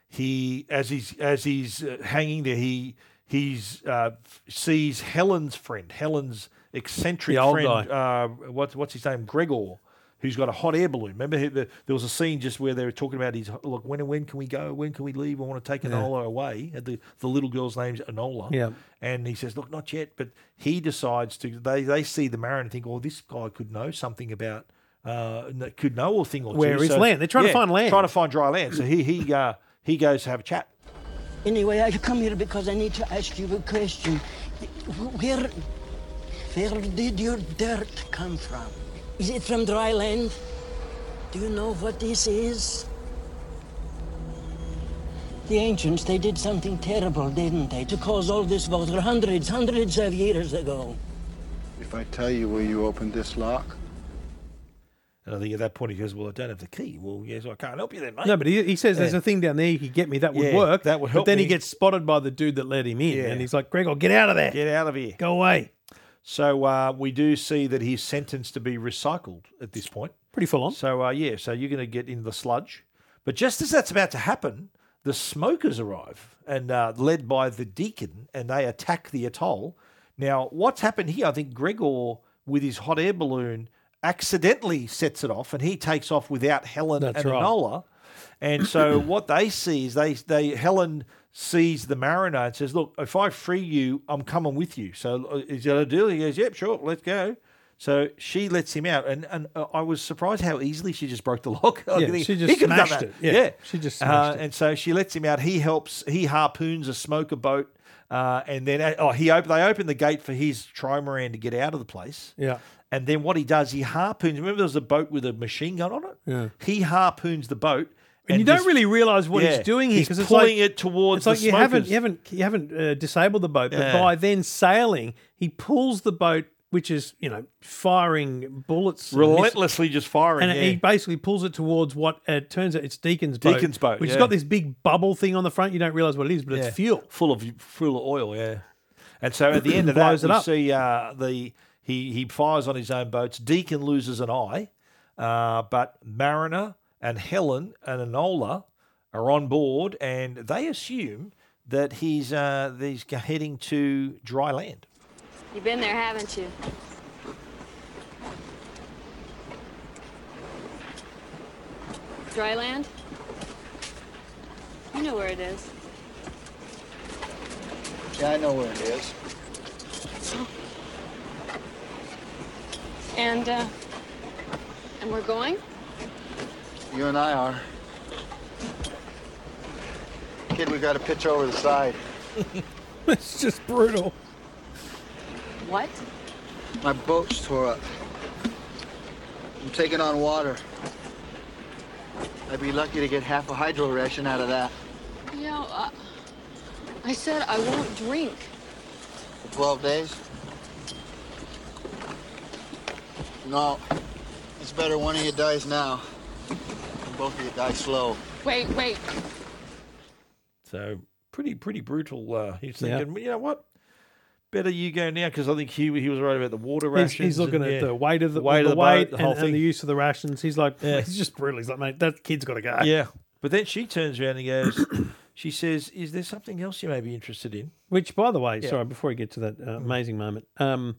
he as he's as he's uh, hanging there, he he's uh, f- sees Helen's friend, Helen's eccentric
The old
friend. Uh, what's what's his name? Gregor. Who's got a hot air balloon? Remember, he- the, there was a scene just where they were talking about his look. When and when can we go? When can we leave? I want to take
Yeah.
Enola away. And The the little girl's name's Enola.
Yeah.
And he says, look, not yet. But he decides to, they, they see the Mariner and think, oh, this guy could know something about, uh, kn- could know a thing or two.
Where is land? They're trying to find land.
Trying to find dry land. So he, he, uh, he goes to have a chat.
Anyway, I come here because I need to ask you a question. Where, where did your dirt come from? Is it from dry land? Do you know what this is? The ancients, they did something terrible, didn't they, to cause all this water hundreds, hundreds of years ago.
If I tell you, will you open this lock?
And I think at that point he goes, well, I don't have the key. Well, yes, I can't help you then, mate.
No, but he, he says there's
Yeah.
a thing down there you could get me that would
Yeah,
work.
that would help
But then
me.
he gets spotted by the dude that let him in,
Yeah.
and he's like, "Gregor, get out of there!
Get out of here.
Go away!"
So uh, we do see that he's sentenced to be recycled at this point.
Pretty full on.
So uh, yeah, so you're going to get in the sludge, but just as that's about to happen, the smokers arrive and uh, led by the deacon, and they attack the atoll. Now, what's happened here? I think Gregor with his hot air balloon accidentally sets it off, and he takes off without Helen
That's
and
right.
Enola. And
[CLEARS THROAT]
so what they see is they they Helen sees the mariner and says, "Look, if I free you, I'm coming with you." So uh, is that a deal? He goes, "Yep, sure, let's go." So she lets him out, and and uh, I was surprised how easily she just broke the [LAUGHS] lock. I
Yeah,
think
she
he
just
could've done
smashed
that. Uh,
it. Yeah, she just smashed it.
And so she lets him out. He helps. He harpoons a smoker boat, uh, and then oh, he op- they open the gate for his trimaran to get out of the place.
Yeah.
And then what he does, he harpoons. Remember, there was a boat with a machine gun on it.
Yeah.
He harpoons the boat,
And, you don't
just-
really realize what
Yeah.
he's doing here
He's
because it's
pulling
like,
it towards
It's like
the
you haven't
smokers.
you haven't you haven't uh, disabled the boat, but
Yeah.
by then sailing, he pulls the boat, which is you know firing bullets and missiles.
relentlessly just firing.
and
yeah.
he basically pulls it towards what uh, turns out it's Deacon's boat.
Deacon's boat,
which
yeah.
has got this big bubble thing on the front. You don't realize what it is, but
Yeah.
it's fuel.
full of full of oil. Yeah, and so
[COUGHS]
at the end of
Blows
that,
it
we
up.
see uh, the he he fires on his own boats. Deacon loses an eye, uh, but Mariner and Helen and Enola are on board, and they assume that he's uh, that he's heading to dry land.
You've been there, haven't you? Dry land? You know where it is.
Yeah, I know where it is.
And, uh, and we're going?
You and I are. Kid, we've got to pitch over the side.
it's just brutal.
What?
My boat's tore up. I'm taking on water. I'd be lucky to get half a hydro ration out of that.
You know, uh, I said I won't drink.
For 12 days? No. It's better one of you dies now than both of you die slow.
Wait, wait.
So pretty pretty brutal. Uh, he's
Yeah.
thinking, you know what? Better you go now because I think he he was right about the water
He's,
rations.
he's looking
and,
at
yeah,
the weight of the,
weight,
the
of the
weight
boat, the
and,
whole
and
thing.
the use of the rations. [LAUGHS] He's like,
Yeah.
he's just brutal. He's like, mate, that kid's got to go.
Yeah. But then she turns around and goes, she says, "Is there something else you may be interested in?"
Which, by the way,
Yeah. Mm.
sorry, before we get to that uh, amazing moment,
[LAUGHS]
um,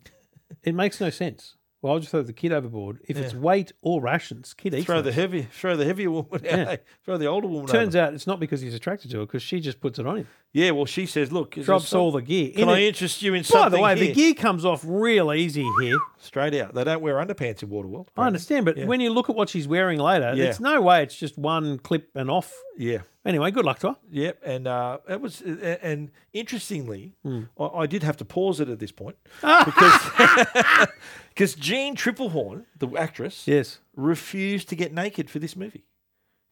it makes no sense. Well, I'll just throw the kid overboard. If it's
Yeah.
weight or rations, kid eats.
throw the
those.
heavy, throw the heavier woman, out,
Yeah.
throw the older woman.
Turns
over.
out it's not because he's attracted to her, because she just puts it on him.
yeah. Well, she says, "Look, is there
Drops
some-
all the gear.
Can
In
I
it-
interest you in
By
something?"
the way, the
here?"
gear comes off real easy here.
Straight out. They don't wear underpants in Waterworld.
I understand, but when you look at what she's wearing later,
Yeah.
it's no way it's just one clip and off.
Yeah.
Anyway, good luck to her.
Yep, and uh, that was a- and interestingly,
Hmm.
I, I did have to pause it at this
[LAUGHS]
point because [LAUGHS] because Jean Triplehorn, the actress,
yes,
refused to get naked for this movie.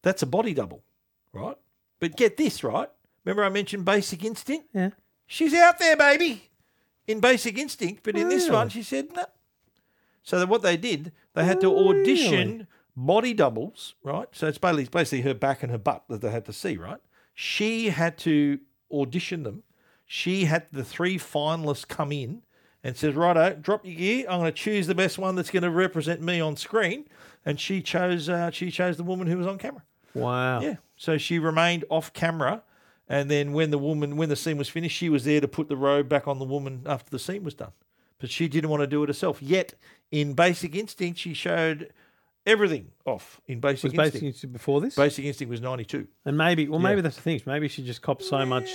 That's a body double, right? But get this right. Remember I mentioned Basic Instinct.
Yeah,
she's out there, baby, in Basic Instinct. But in this one,
Really?
she said no. So that what they did, they had to audition
Really?
body doubles, right? So it's basically, it's basically her back and her butt that they had to see, right? She had to audition them. She had the three finalists come in and says, righto, drop your gear. I'm going to choose the best one that's going to represent me on screen. And she chose uh, she chose the woman who was on camera.
Wow.
Yeah. So she remained off camera. And then when the woman, when the scene was finished, she was there to put the robe back on the woman after the scene was done. But she didn't want to do it herself. Yet in Basic Instinct, she showed everything off in Basic
Was
Instinct.
Basic Instinct before this?
Basic Instinct was 92.
And maybe, well,
Yeah.
maybe that's the thing. is Maybe she just copped so much.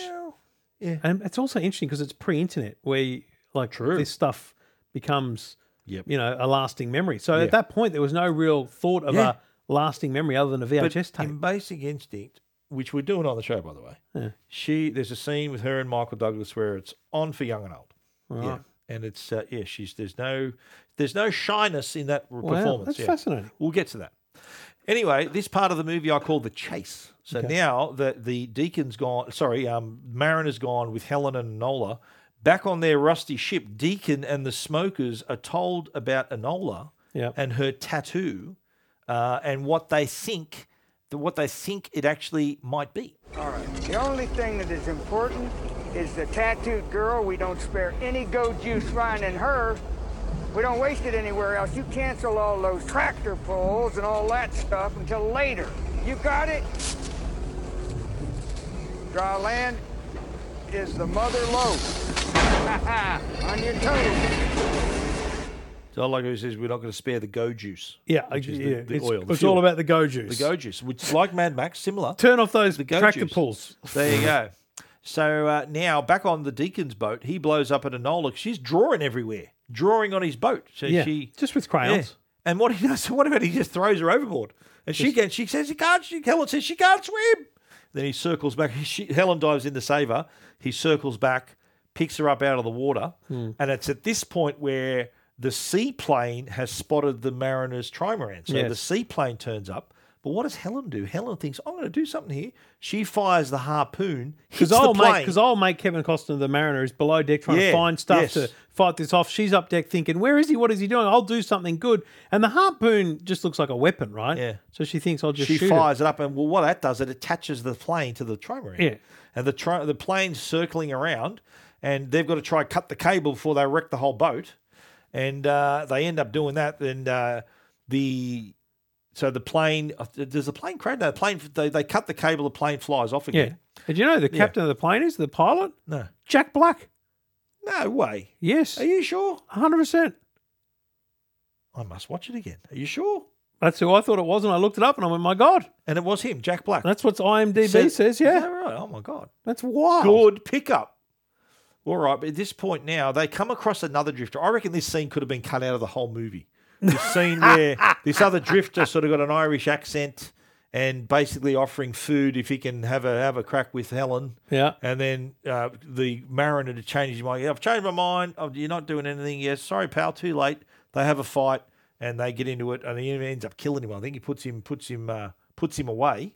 yeah.
And it's also interesting because it's pre-internet where, you, like, this stuff becomes,
Yep.
you know, a lasting memory. So
Yeah.
at that point, there was no real thought of
Yeah.
a lasting memory other than a
But
VHS tape.
in Basic Instinct, which we're doing on the show, by the way,
Yeah.
she there's a scene with her and Michael Douglas where it's on for young and old. Yeah.
Right.
And it's uh, yeah, she's there's no there's no shyness in that
Wow,
performance.
that's
yeah.
fascinating.
We'll get to that. Anyway, this part of the movie I call the chase. So
Okay.
now that the Deacon's gone, sorry, um, Mariner's gone with Helen and Enola back on their rusty ship. Deacon and the smokers are told about Enola
Yeah.
and her tattoo, uh, and what they think, the, what they think it actually might be.
All right. The only thing that is important is the tattooed girl. We don't spare any go juice finding her. We don't waste it anywhere else. You cancel all those tractor pulls and all that stuff until later. You got it? Dry land is the mother loaf. [LAUGHS] On your toes.
So I like who says we're not going to spare the go juice.
Yeah,
which is the,
yeah,
the
it's-
oil. the
it's all
fuel.
about the go juice.
The go juice, which is like Mad Max, similar.
Turn off those
go
tractor
juice. [LAUGHS]
pulls.
There you go. So uh, now back on the deacon's boat, he blows up at Enola. She's drawing everywhere, drawing on his boat. So
Yeah,
she
just with crayons. [LAUGHS]
Yeah. And what he [LAUGHS] does, what about he just throws her overboard? And she can, she says she can't. She, Helen says she can't swim. Then he circles back. [LAUGHS] She, Helen dives in to save her. He circles back, picks her up out of the water,
Hmm.
and it's at this point where the seaplane has spotted the mariner's trimaran. So
Yes.
the seaplane turns up. But what does Helen do? Helen thinks I'm going to do something here. She fires the harpoon hits
Because
the
old mate,
plane.
because old mate Kevin Costner, the Mariner, is below deck trying
Yeah,
to find stuff
yes.
to fight this off. She's up deck thinking, "Where is he? What is he doing? I'll do something good." And the harpoon just looks like a weapon, right? Yeah. So she thinks I'll just
she
shoot
fires it. up, and well, what that does, it attaches the plane to the trimaran.
Yeah.
and the tri- the plane's circling around, and they've got to try and cut the cable before they wreck the whole boat, and uh, they end up doing that. And uh, the so the plane uh, does the plane crash? No, the plane they, they cut the cable, the plane flies off
it. Yeah.
again.
And you know the
Yeah.
captain of the plane is the pilot?
No.
Jack Black.
No way.
Yes. Are
you sure?
hundred percent.
I must watch it again. Are you sure?
That's who I thought it was, and I looked it up, and I went, "My God!"
And it was him, Jack Black.
That's what IMDb
Says-
says.
Is
Yeah.
that right? Oh my god.
That's wild.
Good pickup. All right, but at this point now, they come across another drifter. I reckon this scene could have been cut out of the whole movie. This scene where this other drifter sort of got an Irish accent and basically offering food if he can have a have a crack with Helen.
Yeah.
And then uh, the mariner to change his mind. I've changed my mind. Oh, you're not doing anything. Yes, sorry, pal. Too late. They have a fight and they get into it, and he ends up killing him. I think he puts him puts him uh, puts him away.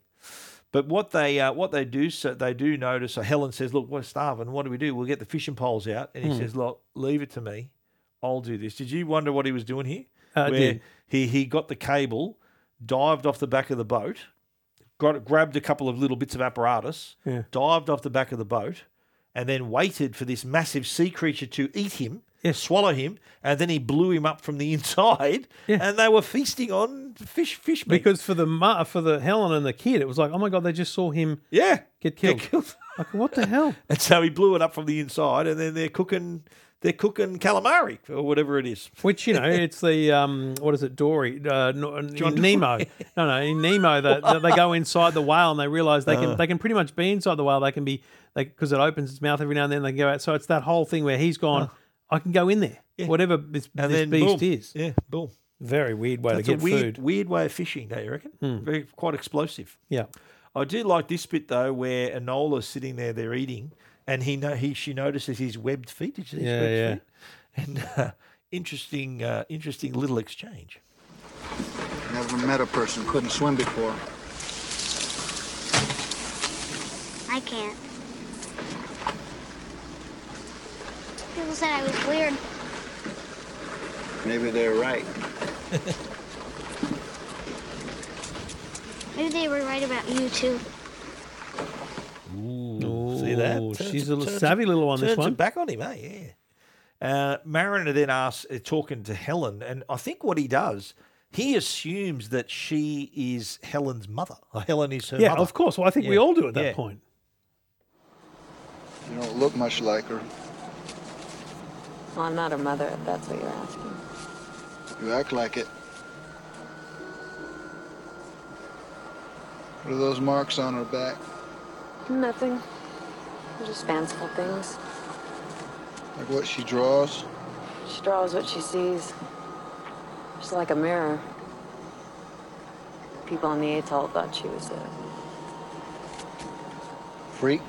But what they uh, what they do so they do notice. So Helen says, "Look, we're starving. What do we do? We'll get the fishing poles out." And he
Hmm.
says, "Look, leave it to me. I'll do this." Did you wonder what he was doing here?
Uh, I
Where
did.
he he got the cable, dived off the back of the boat, got grabbed a couple of little bits of apparatus,
Yeah.
dived off the back of the boat, and then waited for this massive sea creature to eat him, swallow him, and then he blew him up from the [LAUGHS] inside, and they were feasting on fish fish meat.
Because for the ma- for the Helen and the kid, it was like, oh my god, they just saw him.
Yeah,
get killed. like what the hell?
[LAUGHS] And so he blew it up from the inside, and then they're cooking they're cooking calamari or whatever it is.
Which you know, it's the um, what is it, Dory? Uh, no, in
John Dory.
Nemo. No, no, in Nemo, the, the- they go inside the whale and they realize they
Uh.
can they can pretty much be inside the whale. They can be like because it opens its mouth every now and then. They can go out. So it's that whole thing where he's gone. I can go in there, whatever this,
Uh. And
this
then
beast
boom.
is.
Yeah, boom.
Very weird way
That's
to get
a weird,
food.
Weird way of fishing, don't you reckon?
Hmm.
Very quite explosive.
Yeah.
I do like this bit though, where Enola's sitting there, they're eating, and he know he she notices his webbed feet. Did you see his
Yeah,
webbed
yeah.
feet? And uh, interesting, uh, interesting little exchange.
Never met a person who couldn't swim before.
I can't. People said I was weird.
Maybe they're right.
Maybe they were right about you too.
Ooh,
see that?
Ooh,
Turns-
she's a little
turns-
savvy little one. This
turns her
one.
back on him, eh? Yeah. Uh, Mariner then asks, uh, talking to Helen, and I think what he does, he assumes that she is Helen's mother. Or Helen is her
Yeah,
mother.
of course. Well, I think we
Yeah,
all do at that
yeah.
point.
You don't look much like her.
Well, I'm not her mother, if that's what you're asking.
You act like it. What are those marks on her back?
Nothing. They're Just fanciful things.
Like what she draws?
She draws what she sees. She's like a mirror. People on the atoll thought she was a
Freak?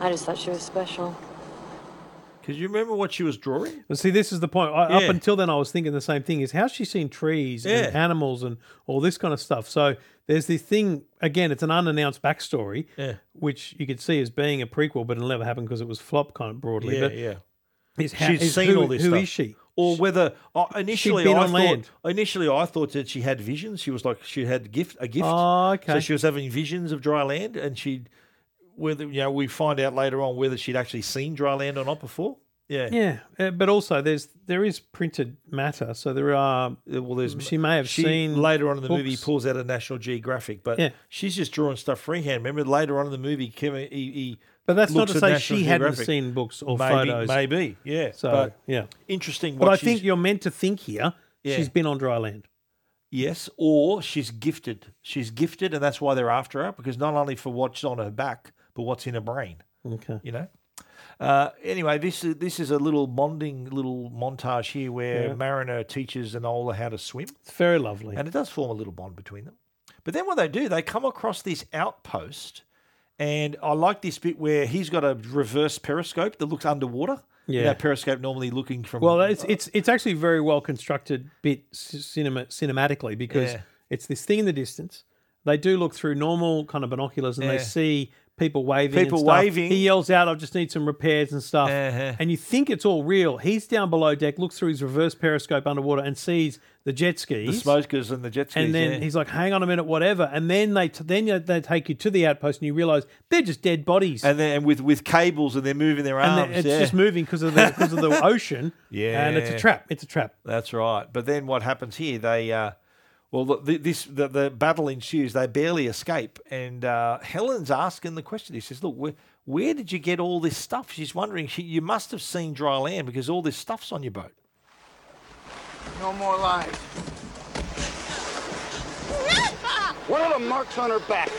I just thought she was special.
Because you remember what she was drawing?
Well, see, this is the point. I,
Yeah.
Up until then, I was thinking the same thing: is how's she seen trees and
Yeah.
animals and all this kind of stuff. So there's this thing again. It's an unannounced backstory,
Yeah.
which you could see as being a prequel, but it'll never happen because it was flop kind of broadly.
Yeah,
but
yeah.
Is how,
She's
is
seen
who-
all this
Who
stuff.
is she?
Or whether uh, initially
been
I
on
thought
land.
initially I thought that she had visions. She was like she had gift a gift.
Oh, okay.
So she was having visions of dry land, and she whether you know we find out later on whether she'd actually seen dry land or not before. Yeah,
Yeah, uh, but also there's there is printed matter, so there are.
Well, there's
she may have
she
seen
later on in the movie
books.
pulls out a National Geographic, but
Yeah.
she's just drawing stuff freehand. Remember later on in the movie, Kevin he, he
But that's not
looks
to
at
say
National
she hadn't
Geographic.
seen books or
maybe,
photos.
Maybe, yeah.
So
but
yeah,
interesting.
But
what
I
she's-
think you're meant to think here.
Yeah.
She's been on dry land.
Yes, or she's gifted. She's gifted, and that's why they're after her because not only for what's on her back, but what's in her brain.
Okay.
You know. Uh, anyway, this is this is a little bonding little montage here where
Yeah.
Mariner teaches Enola how to swim,
It's very lovely.
and it does form a little bond between them. But then what they do, they come across this outpost, and I like this bit where he's got a reverse periscope that looks underwater. You know,
Yeah.
periscope normally looking from
Well, it's it's it's actually a very well constructed bit c- cinema cinematically because
Yeah.
it's this thing in the distance. They do look through normal kind of binoculars and they
Yeah.
see people waving. and
People
stuff.
waving. Uh-huh.
He yells out, "I just need some repairs and stuff," and you think it's all real. He's down below deck, looks through his reverse periscope underwater, and sees the jet skis,
the smokers and the jet skis.
and then
yeah.
he's like, "Hang on a minute, whatever." And then they t- then you- they take you to the outpost, and you realize they're just dead bodies,
and then with with cables and they're moving their
and
arms.
they're- it's
yeah.
just moving because of the because
[LAUGHS]
of the ocean.
Yeah.
and it's a trap. It's a trap.
That's right. But then what happens here? They uh, well, the, the, this the, the battle ensues. They barely escape, and uh, Helen's asking the question. He says, "Look, where, where did you get all this stuff?" She's wondering. She, you must have seen dry land because all this stuff's on your boat.
No more lies. What are the marks on her back?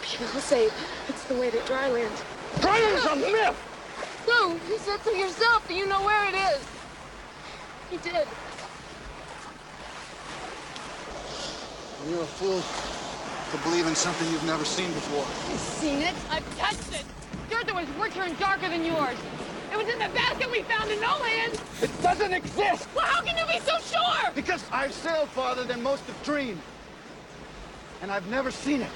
People say it's the way to dry land.
Dry land's a myth!
No, you said so yourself that you know where it is. You did.
You're a fool to believe in something you've never seen before.
I've seen it. I've touched it. Dirt that was richer and darker than yours. It was in the basket we found in no land.
It doesn't exist!
Well, how can you be so sure?
Because I've sailed farther than most have dreamed. And I've never seen it.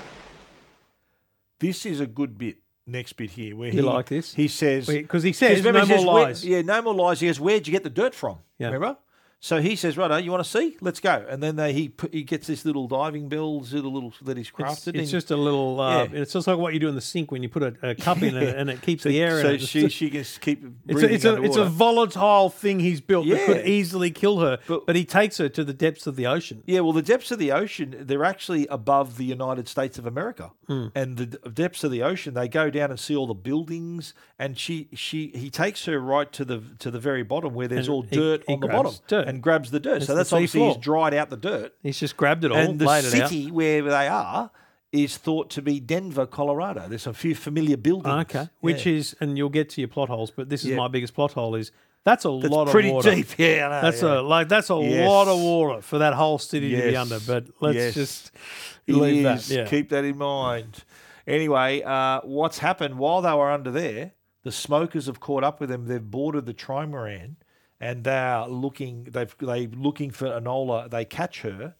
This is a good bit. Next bit here, where
You
he
like this?
he says
Wait, 'cause he says,
remember,
"No
he
more
"Where-"
lies."
Yeah, no more lies. He goes, "Where'd you get the dirt from?"
Yeah.
Remember? So he says, "Righto, you want to see? Let's go." And then they, he put, he gets this little diving bell, the little that he's crafted.
It's,
and-
it's just a little. Uh,
Yeah.
It's just like what you do in the sink when you put a, a cup
[LAUGHS]
in it and it keeps the air.
So
in it.
she
[LAUGHS]
she can keep.
It's a, it's a it's a
breathing
volatile thing he's built that could
Yeah.
easily kill her, but, he takes her to the depths of the ocean.
Yeah, well, the depths of the ocean, they're actually above the United States of America.
Mm.
And the d- depths of the ocean, they go down and see all the buildings and she she he takes her right to the to the very bottom where there's
And
all
he-
dirt
he
on the
grabs
bottom
dirt.
and grabs the dirt.
It's
so
the
that's obviously he's
seafloor.
dried out the dirt.
He's just grabbed it all,
And the
laid it out.
city where they are is thought to be Denver, Colorado. There's a few familiar buildings.
Ah, Okay, which
Yeah.
is and you'll get to your plot holes, but this is
Yeah.
my biggest plot hole is that's a
That's
lot of
pretty
water.
deep, [LAUGHS] yeah, I know,
that's
yeah.
a like that's a
Yes.
lot of water for that whole city to be
Yes,
under. But let's
yes.
just
It
leave that.
is.
Yeah.
Keep that in mind. Anyway, uh, what's happened while they were under there, the smokers have caught up with them. They've boarded the trimaran and they are looking they've they looking for Enola. They catch her.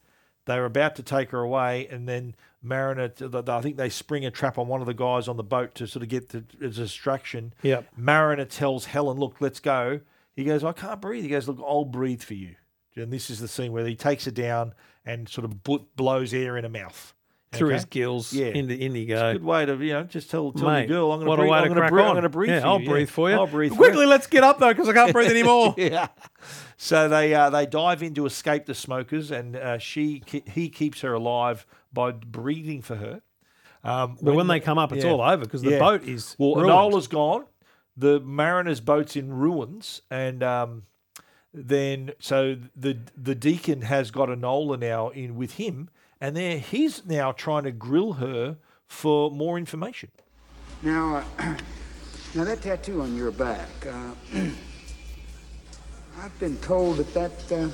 They're about to take her away, and then Mariner. I think they spring a trap on one of the guys on the boat to sort of get the, a distraction.
Yep.
Mariner tells Helen, "Look, let's go." He goes, "I can't breathe." He goes, "Look, I'll breathe for you." And this is the scene where he takes her down and sort of bu- blows air in her mouth
Through his gills, in the- in you
It's a
go.
good way to you know just tell tell
Mate,
your girl, "I'm going
what a
breathe.
way
I'm
to
going
crack
breathe. I'm
on.
going to breathe
Yeah,
for
I'll
you.
breathe for you.
I'll breathe for
Quickly,
you.
let's get up though, 'cause I can't [LAUGHS] breathe anymore.
[LAUGHS] yeah. So they uh, they dive in to escape the smokers, and uh, she ke- he keeps her alive by breathing for her. Um,
But when they come up, it's all over 'cause the boat is
well.
ruined.
Enola's gone. The mariner's boat's in ruins, and um, then so the the deacon has got Enola now in with him, and there he's now trying to grill her for more information.
Now, uh, [CLEARS THROAT] now that tattoo on your back. Uh, [CLEARS THROAT] I've been told that that uh,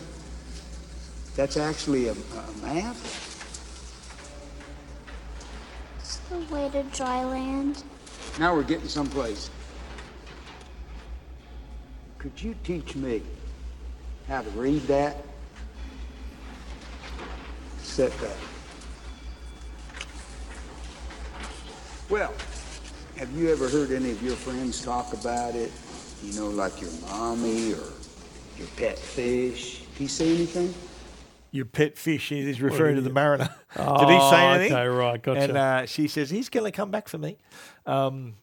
that's actually a, a map.
It's the way to dry land.
Now we're getting someplace. Could you teach me how to read that? Set that. Well, have you ever heard any of your friends talk about it? You know, like your mommy or your pet fish. He say anything?
your pet fish. He- He's referring to the
[LAUGHS]
mariner. [LAUGHS] Did he
Oh,
say anything?
okay, right, gotcha.
And uh, she says he's going to come back for me. Um,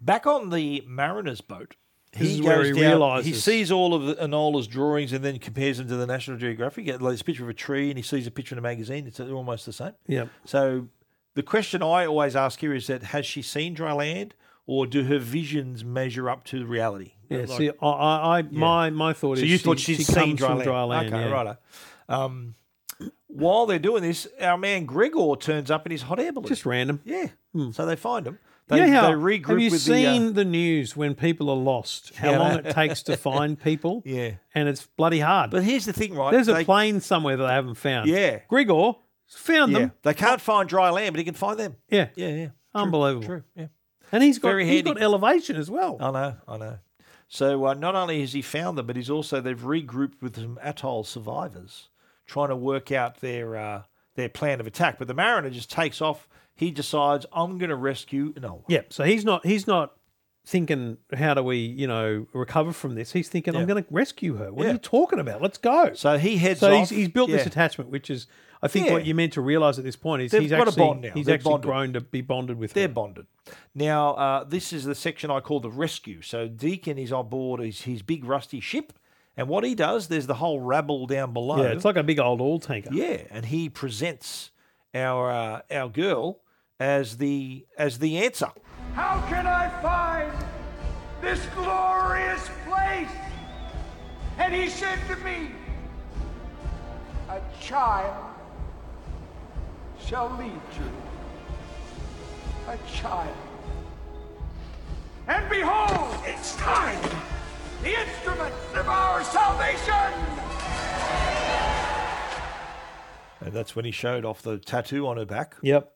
back on the mariner's boat,
This is where he
He
realises-
sees all of the, Enola's drawings and then compares them to the National Geographic. He gets, Like this picture of a tree, and he sees a picture in a magazine. It's almost the same.
Yep.
So the question I always ask here is that has she seen dry land, or do her visions measure up to reality?
Yeah,
Like-
see, I, I, I my, my thought
so
is
you thought
she,
she'd
she
seen
comes
dry
from
land.
dry land.
Okay,
yeah.
righto. Um, while they're doing this, our man Gregor turns up in his hot air balloon.
Just random.
Yeah.
Hmm.
So they find him.
You
They,
know how-
they regroup
have you
with
seen
the. uh,
the, news when people
[LAUGHS]
are lost? How
Yeah.
long it takes to
[LAUGHS]
find people?
Yeah.
and it's bloody hard.
But here's the thing, right?
There's
They-
a plane somewhere that they haven't found.
Yeah.
Grigor found
yeah.
them.
They can't find dry land, but he can find them.
Yeah,
Yeah, yeah. True,
unbelievable.
True. Yeah.
And he's got
Very
he's got
handy. Um,
elevation as well.
I know, I know. So uh, not only has he found them, but he's also they've regrouped with some atoll survivors, trying to work out their uh, their plan of attack. But the mariner just takes off. He decides I'm going to rescue Enola.
Yeah, so he's not he's not thinking how do we you know recover from this. He's thinking I'm
Yeah.
going to rescue her. What are
Yeah.
you talking about? Let's go.
So he heads
So he's,
off.
he's built this
Yeah.
attachment, which is I think
Yeah.
what you meant to realize at this point is
They've
he's
got a
actually
bond now.
he's
They're
actually
bonded.
grown to be bonded with
They're
her.
bonded. Now, uh, this is the section I call the rescue. So Deacon is on board his, his big rusty ship. And what he does, there's the whole rabble down below.
Yeah, it's like a big old oil tanker.
Yeah, and he presents our uh, our girl as the as the answer.
How can I find this glorious place?
And he said to me, A child shall lead you. A child.
And behold, it's time! The instrument of our salvation!
And that's when he showed off the tattoo on her back.
Yep.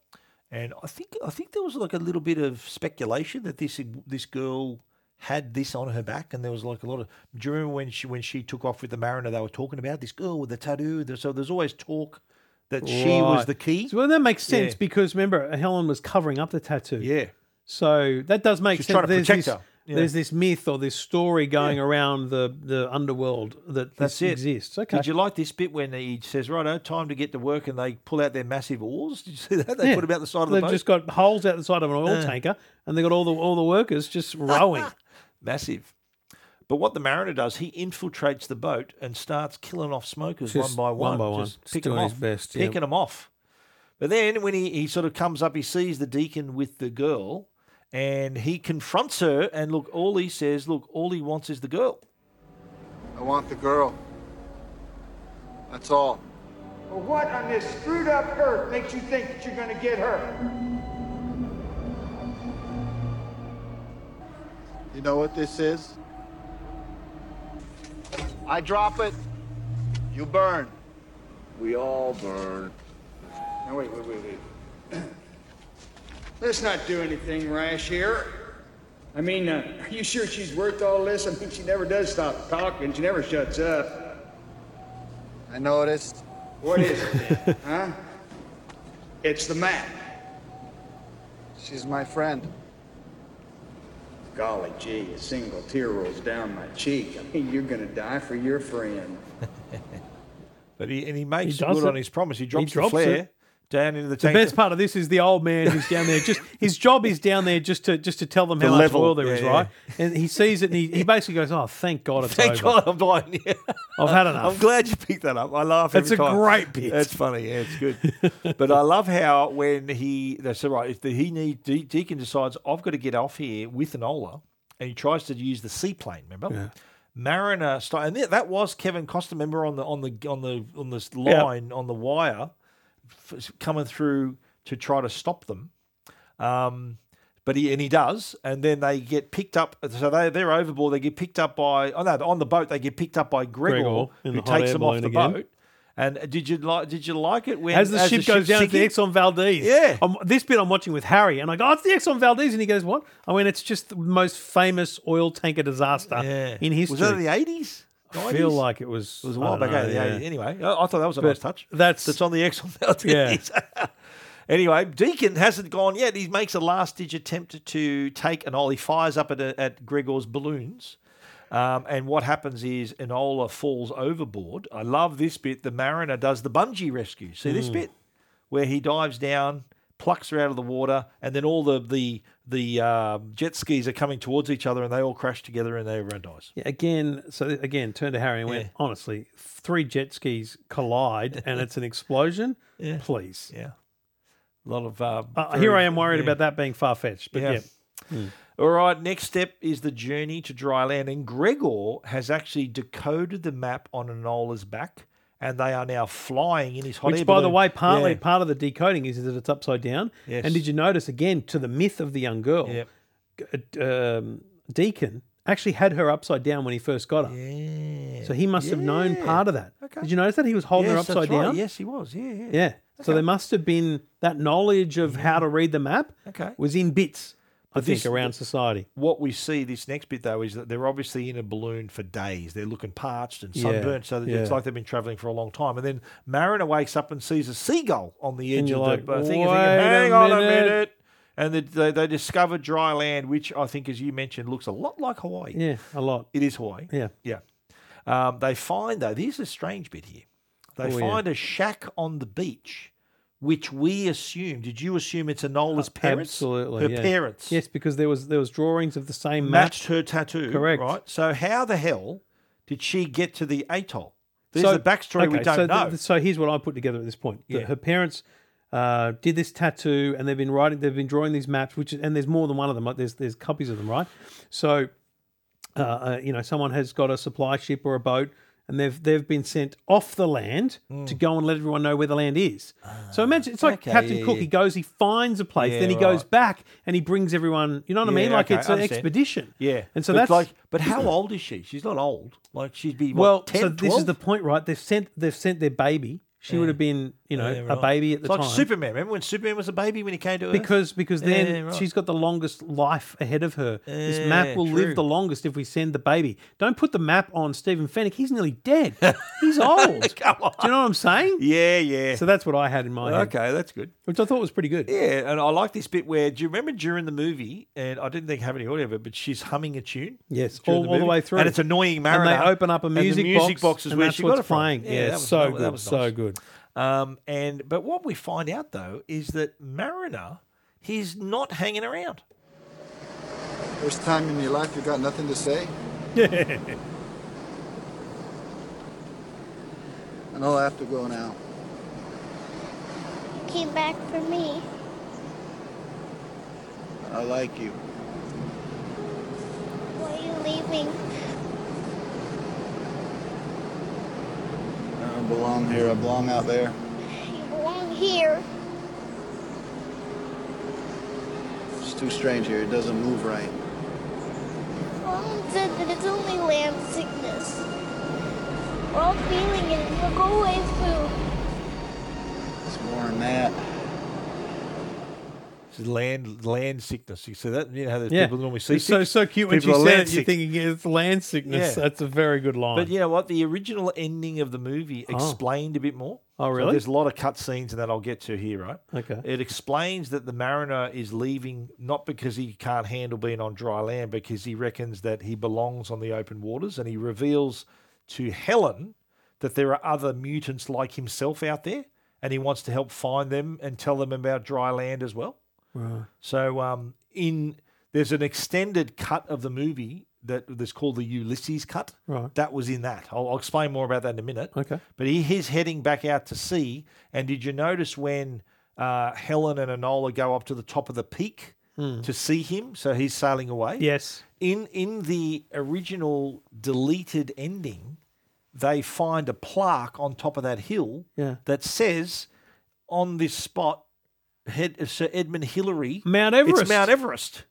And I think I think there was like a little bit of speculation that this this girl had this on her back, and there was like a lot of. Do you remember when she when she took off with the mariner? They were talking about this girl with the tattoo. There- So there's always talk that she was
Right.
the key.
So, well, that makes sense
Yeah.
because remember Helen was covering up the tattoo.
Yeah.
So that does make
She's
sense.
trying to
There's
protect
this
her. Yeah.
There's this myth or this story going around the, the underworld that
That's
this
it.
exists. Okay.
Did you like this bit when he says, "Righto, time to get to work," and they pull out their massive oars? Did you see that? They
Yeah.
put them out the side of the
They've
boat.
just got holes out the side of an oil
Yeah.
tanker, and they got all the all the
[LAUGHS]
workers just rowing.
massive. But what the mariner does, he infiltrates the boat and starts killing off smokers
Just
one by one,
one by one.
just
Just
picking them
doing his
off,
best, yeah.
picking them off. But then when he, he sort of comes up, he sees the deacon with the girl, and he confronts her. And look, all he says, look, all he wants is the girl.
I want the girl. That's all.
Well, what on this screwed up earth makes you think that you're gonna get her?
You know what this is? I drop it, you burn.
We all burn.
Now, wait, wait, wait, wait. [CLEARS THROAT] Let's not do anything rash here. I mean, uh, are you sure she's worth all this? I mean, she never does stop talking. She never shuts up.
I noticed.
What is it, then, [LAUGHS] huh? It's the map.
She's my friend.
Golly gee, a single tear rolls down my cheek. I mean, you're gonna die for your friend.
But he and he makes
does
good
it.
on his promise. He
He
drops,
drops
the flare
it.
down into the
The
tank.
best part of this is the old man who's down there.
[LAUGHS]
Just his job is down there just to just to tell them
To
how much
level.
oil there
Yeah,
is,
yeah.
right? And he sees it, and he, he basically goes, "Oh, thank God it's
Thank [LAUGHS]
over."
God I'm blind. Yeah.
I've had enough.
I'm glad you picked that up. I laugh.
It's
every
a
time.
great bit.
That's funny. Yeah, it's good. [LAUGHS] but I love how when he that's all right. If the, he need De- Deacon decides I've got to get off here with an Ola, and he tries to use the seaplane. Remember.
Yeah.
Mariner, style, and that- that was Kevin Costner. Remember on the on the on the on this
Yeah.
line on the wire, f- coming through to try to stop them. Um, but he and he does, and then they get picked up. So they they're overboard. They get picked up by oh no, on the boat they get picked up by Gregor,
Gregor in
who
the hot
takes
air
them off
balloon
the
again.
boat. And uh, did you like did you like it when
as the ship goes down, it's the
sinking?
Exxon Valdez.
Yeah.
I'm, this bit I'm watching with Harry, and I go, oh, "It's the Exxon Valdez," and he goes, "What?" I went, "It's just the most famous oil tanker disaster in history."
Was that in the eighties?
I feel like it was.
It was a while back eh? in the 80s. Anyway, I, I thought that was a
But
nice touch.
that's-
that's on the Exxon Valdez. Yeah. [LAUGHS] anyway, Deacon hasn't gone yet. He makes a last ditch attempt to take Enola. He fires up at, uh, at Gregor's balloons. Um, and what happens is Enola falls overboard. I love this bit. The mariner does the bungee rescue. See this
Mm.
bit? Where he dives down, plucks her out of the water, and then all the the, the um, jet skis are coming towards each other and they all crash together and everyone dies.
Yeah, again, so th- again, turn to Harry and went,
Yeah.
honestly, three jet skis collide and it's an explosion.
[LAUGHS] Yeah.
Please.
Yeah. A lot of. Uh,
Uh,
very-
here I am worried
yeah.
about that being far fetched, but
Yeah.
yeah.
All right, next step is the journey to dry land. And Gregor has actually decoded the map on Enola's back, and they are now flying in his hot air
Which, by the
balloon.
way, partly
Yeah.
part of the decoding is that it's upside down.
Yes.
And did you notice again to the myth of the young girl?
Yep.
g- Um, Deacon actually had her upside down when he first got her. So he must have known
Yeah.
part of that.
Okay.
Did you notice that he was holding her
Yes, that's
upside
right.
down?
Yes, he was. Yeah, yeah.
Yeah. So there must have been that knowledge of how to read the map.
Okay.
Was in bits. I
But
think
this-
around society.
What we see this next bit though is that they're obviously in a balloon for days. They're looking parched and
Yeah,
sunburnt, so that it's
yeah.
like they've been traveling for a long time. And then Mariner wakes up and sees a seagull on the edge
And
of
you're
the
like,
uh, thing. and
"Wait a
thinking, Hang on a
minute."
minute. And they, they, they discover dry land, which I think, as you mentioned, looks a lot like Hawaii.
Yeah, a lot.
It is Hawaii.
Yeah.
Yeah. Um, they find, though, here's a strange bit here. They
Oh, yeah.
find a shack on the beach, which we assume. Did you assume it's Enola's parents?
Uh, Absolutely.
Her
yeah.
parents
Yes, because there was there was drawings of the same map.
matched her tattoo.
Correct.
Right. So how the hell did she get to the atoll? There's
So-
the backstory we
okay,
don't
so
know.
th- th- so here's what I put together at this point. that
Yeah.
Her parents uh, did this tattoo, and they've been writing, they've been drawing these maps, which is- and there's more than one of them. like, There's there's copies of them, right? So, uh, uh, you know, someone has got a supply ship or a boat, and they've they've been sent off the land to go and let everyone know where the land is. so imagine it's
Mm.
like
Ah, okay,
Captain
yeah,
Cook.
yeah.
He goes, he finds a place,
Yeah,
then he goes back and he brings everyone. You know what I
Yeah,
mean? Like
okay,
it's an
understand.
expedition.
Yeah.
and so
But
that's
like, but how old is she? She's not old. Like she'd be what,
well,
10,
so this is
12?
the point, right? They've sent they've sent their baby. She would have been, you know,
Yeah,
a
right.
baby at the
it's like
time.
Superman. Remember when Superman was a baby when he came to Earth?
because because then
Yeah, right.
she's got the longest life ahead of her. this
Yeah,
map will
true.
live the longest if we send the baby. Don't put the map on Stephen Fennick. He's
[LAUGHS]
nearly dead. He's old. Do you know what I'm saying?
Yeah, yeah.
So that's what I had in mind.
Okay, that's good.
Which I thought was pretty good.
Yeah, and I like this bit where do you remember during the movie? And I didn't think I have any audio of it, but she's humming a tune.
Yes,
during
all, all the
movie.
way through,
and it's annoying Mariner.
And they open up a
and the
music,
music box, is
and
where
that's
she
what's
got it from.
playing. Yeah,
that was-
so
that
good,
was
so
nice.
good.
Um, and but what we find out though is that Mariner, he's not hanging around.
First time in your life you got nothing to
[LAUGHS]
say? And I'll have to go now.
You came back for me.
I like you.
Why are you leaving?
I don't belong here. I belong out there.
You belong here.
It's too strange here. It doesn't move right.
Mom said that it's only land sickness. We're all feeling it. It'll go away soon.
It's more than that.
It's land land sickness. You see that? You know how there's
Yeah.
people normally see
It's so
sick?
so cute when she
People are
said
land
it. You're
sick.
thinking it's land sickness.
Yeah.
That's a very good line.
But you know what? The original ending of the movie
Oh.
explained a bit more.
Oh,
So
really?
there's a lot of cut scenes and that I'll get to here, right?
Okay.
It explains that the mariner is leaving not because he can't handle being on dry land, because he reckons that he belongs on the open waters, and he reveals to Helen that there are other mutants like himself out there, and he wants to help find them and tell them about dry land as well.
Right.
So um, in there's an extended cut of the movie that that's called the Ulysses cut.
Right.
That was in that. I'll, I'll explain more about that in a minute.
Okay.
But he, he's heading back out to sea. And did you notice when uh, Helen and Enola go up to the top of the peak
Hmm.
to see him? So he's sailing away.
Yes.
In in the original deleted ending, they find a plaque on top of that hill
Yeah.
that says on this spot, Head, Sir Edmund Hillary,
Mount
It's
Everest.
Mount Everest,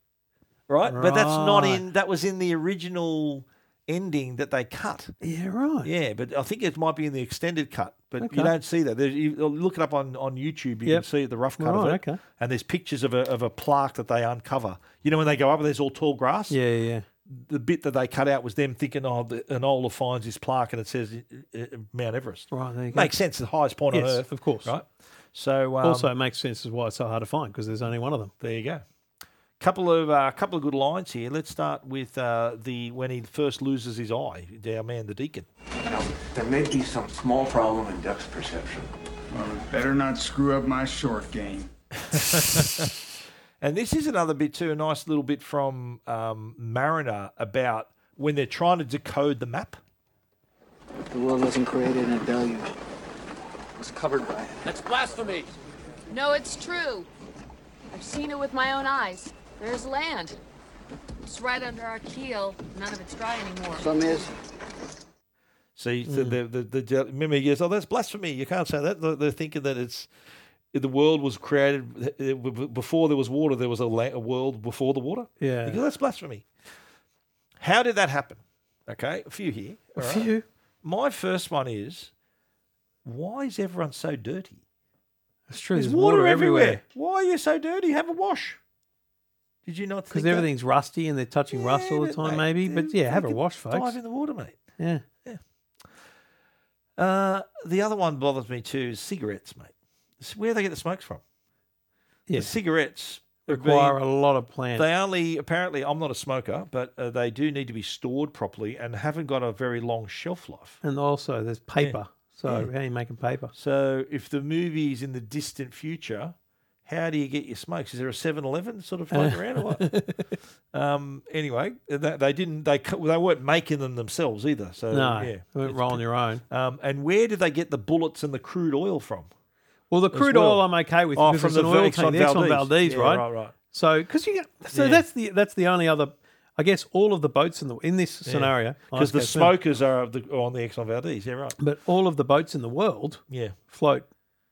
right? But that's not
Right.
in. That was in the original ending that they cut.
yeah, right.
Yeah, but I think it might be in the extended cut, but
Okay.
you don't see that. There's, you you'll look it up on, on YouTube. You can
Yep.
see the rough cut of
Right,
it.
okay.
And there's pictures of a, of a plaque that they uncover. You know, when they go up, there's all tall grass.
Yeah, yeah, yeah.
The bit that they cut out was them thinking, oh, the, Enola finds this plaque and it says uh, uh, Mount Everest.
Right, there you go.
Makes sense. The highest point
Yes,
on Earth.
of course.
Right. So um,
also, it makes sense as why it's so hard to find because there's only one of them.
There you go. Couple of uh, couple of good lines here. Let's start with uh, the when he first loses his eye. Our man, the deacon.
There may be some small problem in Duck's perception.
Well, it better not screw up my short game.
And this is another bit too, a nice little bit from um, Mariner about when they're trying to decode the map.
The world wasn't created in a deluge. It was covered by it.
That's blasphemy.
No, it's true. I've seen it with my own eyes. There's land. It's right under our keel. None of it's dry anymore.
Some is.
See,
Mm.
so the, the, the, de- remember he goes, "Oh, that's blasphemy! You can't say that." They're- They're thinking that it's the world was created uh, b- before there was water. There was a, la- a world before the water.
Yeah.
He goes, that's blasphemy. How did that happen? Okay, a few here.
A
all
few.
My first one is, why is everyone so dirty?
That's true.
There's, water, everywhere. Why are you so dirty? Have a wash. Did you not?
Because
think that?
everything's rusty and they're touching rust all the
but,
time,
mate,
maybe. But
dude,
yeah, have a
fucking
wash, folks.
Dive in the water, mate.
Yeah.
Uh, the other one bothers me too is cigarettes, mate. It's where they get the smokes from.
Yeah.
The cigarettes are
Require
being-
a lot of plants.
They only apparently. I'm not a smoker, but uh, they do need to be stored properly and haven't got a very long shelf life.
And also, there's paper. So
Yeah.
how are you making paper?
So if the movie is in the distant future, how do you get your smokes? Is there a 7-Eleven sort of floating around or
[LAUGHS]
what? Um, anyway, that, they didn't. They cou- they weren't making them themselves either. So
No,
yeah,
they weren't rolling your own.
Um, and where did they get the bullets and the crude oil from?
Well, the
As
crude
well.
oil I'm okay with
Oh,
because
from
it's
the
an oil
Exxon
tank. The Exxon
Valdez.
Valdez,
Yeah,
right?
right, right.
So because you get, so
Yeah.
that's the that's the only other, I guess, all of the boats in the in this scenario
because the
I'll just go soon.
smokers are, of the, are on the Exxon Valdez. Yeah, right.
but all of the boats in the world,
Yeah.
float,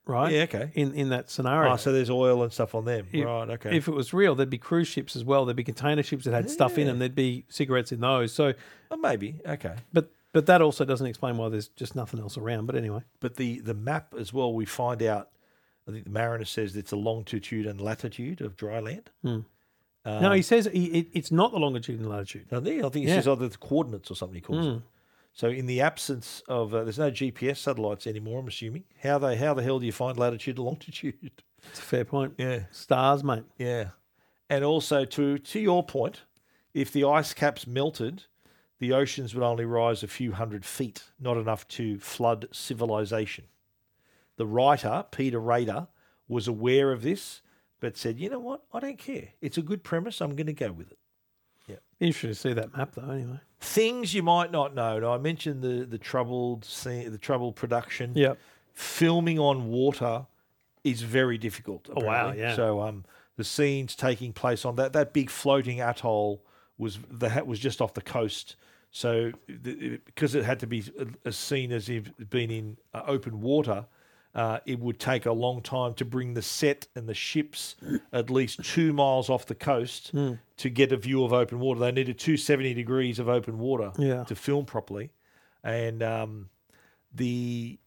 right?
Yeah, okay.
In in that scenario,
Ah, so there's oil and stuff on them.
If-
right. Okay.
If it was real, there'd be cruise ships as well. There'd be container ships that had stuff in
Yeah.
them. There'd be cigarettes in those. So
maybe okay.
But But that also doesn't explain why there's just nothing else around. But anyway,
But the the map as well, we find out. I think the mariner says it's the longitude and latitude of dry land.
Hmm.
Uh,
no, he says he, it, it's not the longitude and latitude.
I think, I think he
Yeah.
says either the coordinates or something he calls
Mm.
it. So in the absence of uh, there's no GPS satellites anymore, I'm assuming. How they how the hell do you find latitude and longitude?
It's a fair point.
Yeah.
Stars, mate.
Yeah. And also to to your point, if the ice caps melted, the oceans would only rise a few hundred feet, not enough to flood civilization. The writer, Peter Rader, was aware of this, but said, you know what? I don't care. It's a good premise. I'm going to go with it.
Interesting to see that map though. Anyway,
Things you might not know. Now, I mentioned the the troubled scene, the troubled production.
Yep.
Filming on water is very difficult.
Oh, wow,
apparently.
yeah.
So um, the scenes taking place on that that big floating atoll was the hat was just off the coast. So the- it- because it had to be a- a scene as if it'd been in uh, open water. Uh, it would take a long time to bring the set and the ships at least two miles off the coast
Mm.
to get a view of open water. They needed 270 degrees of open water
Yeah.
to film properly, and um, the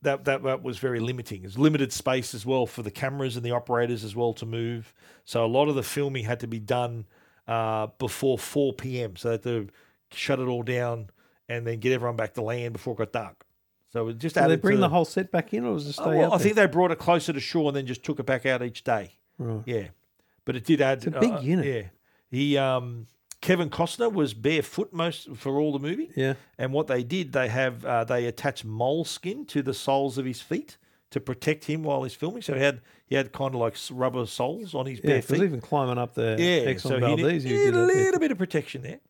that, that that was very limiting. It's limited space as well for the cameras and the operators as well to move. So a lot of the filming had to be done uh, before 4 p.m. So they had to shut it all down and then get everyone back to land before it got dark. So it just
did they
added
bring
to-
the whole set back in, or was it
Oh,
stay
well,
out
I
there?
think they brought it closer to shore and then just took it back out each day.
Right.
Yeah, but it did add. uh,
It's a big unit.
Yeah, he um, Kevin Costner was barefoot most for all the movie.
Yeah.
and what they did, they have uh, they attach mole skin to the soles of his feet to protect him while he's filming. So he had he had kind of like s- rubber soles on his
Yeah,
bare
'cause
feet.
even climbing up the
yeah,
Exxon
so he did,
Valdez, you
he did
did
a
it, yeah.
little bit of protection there.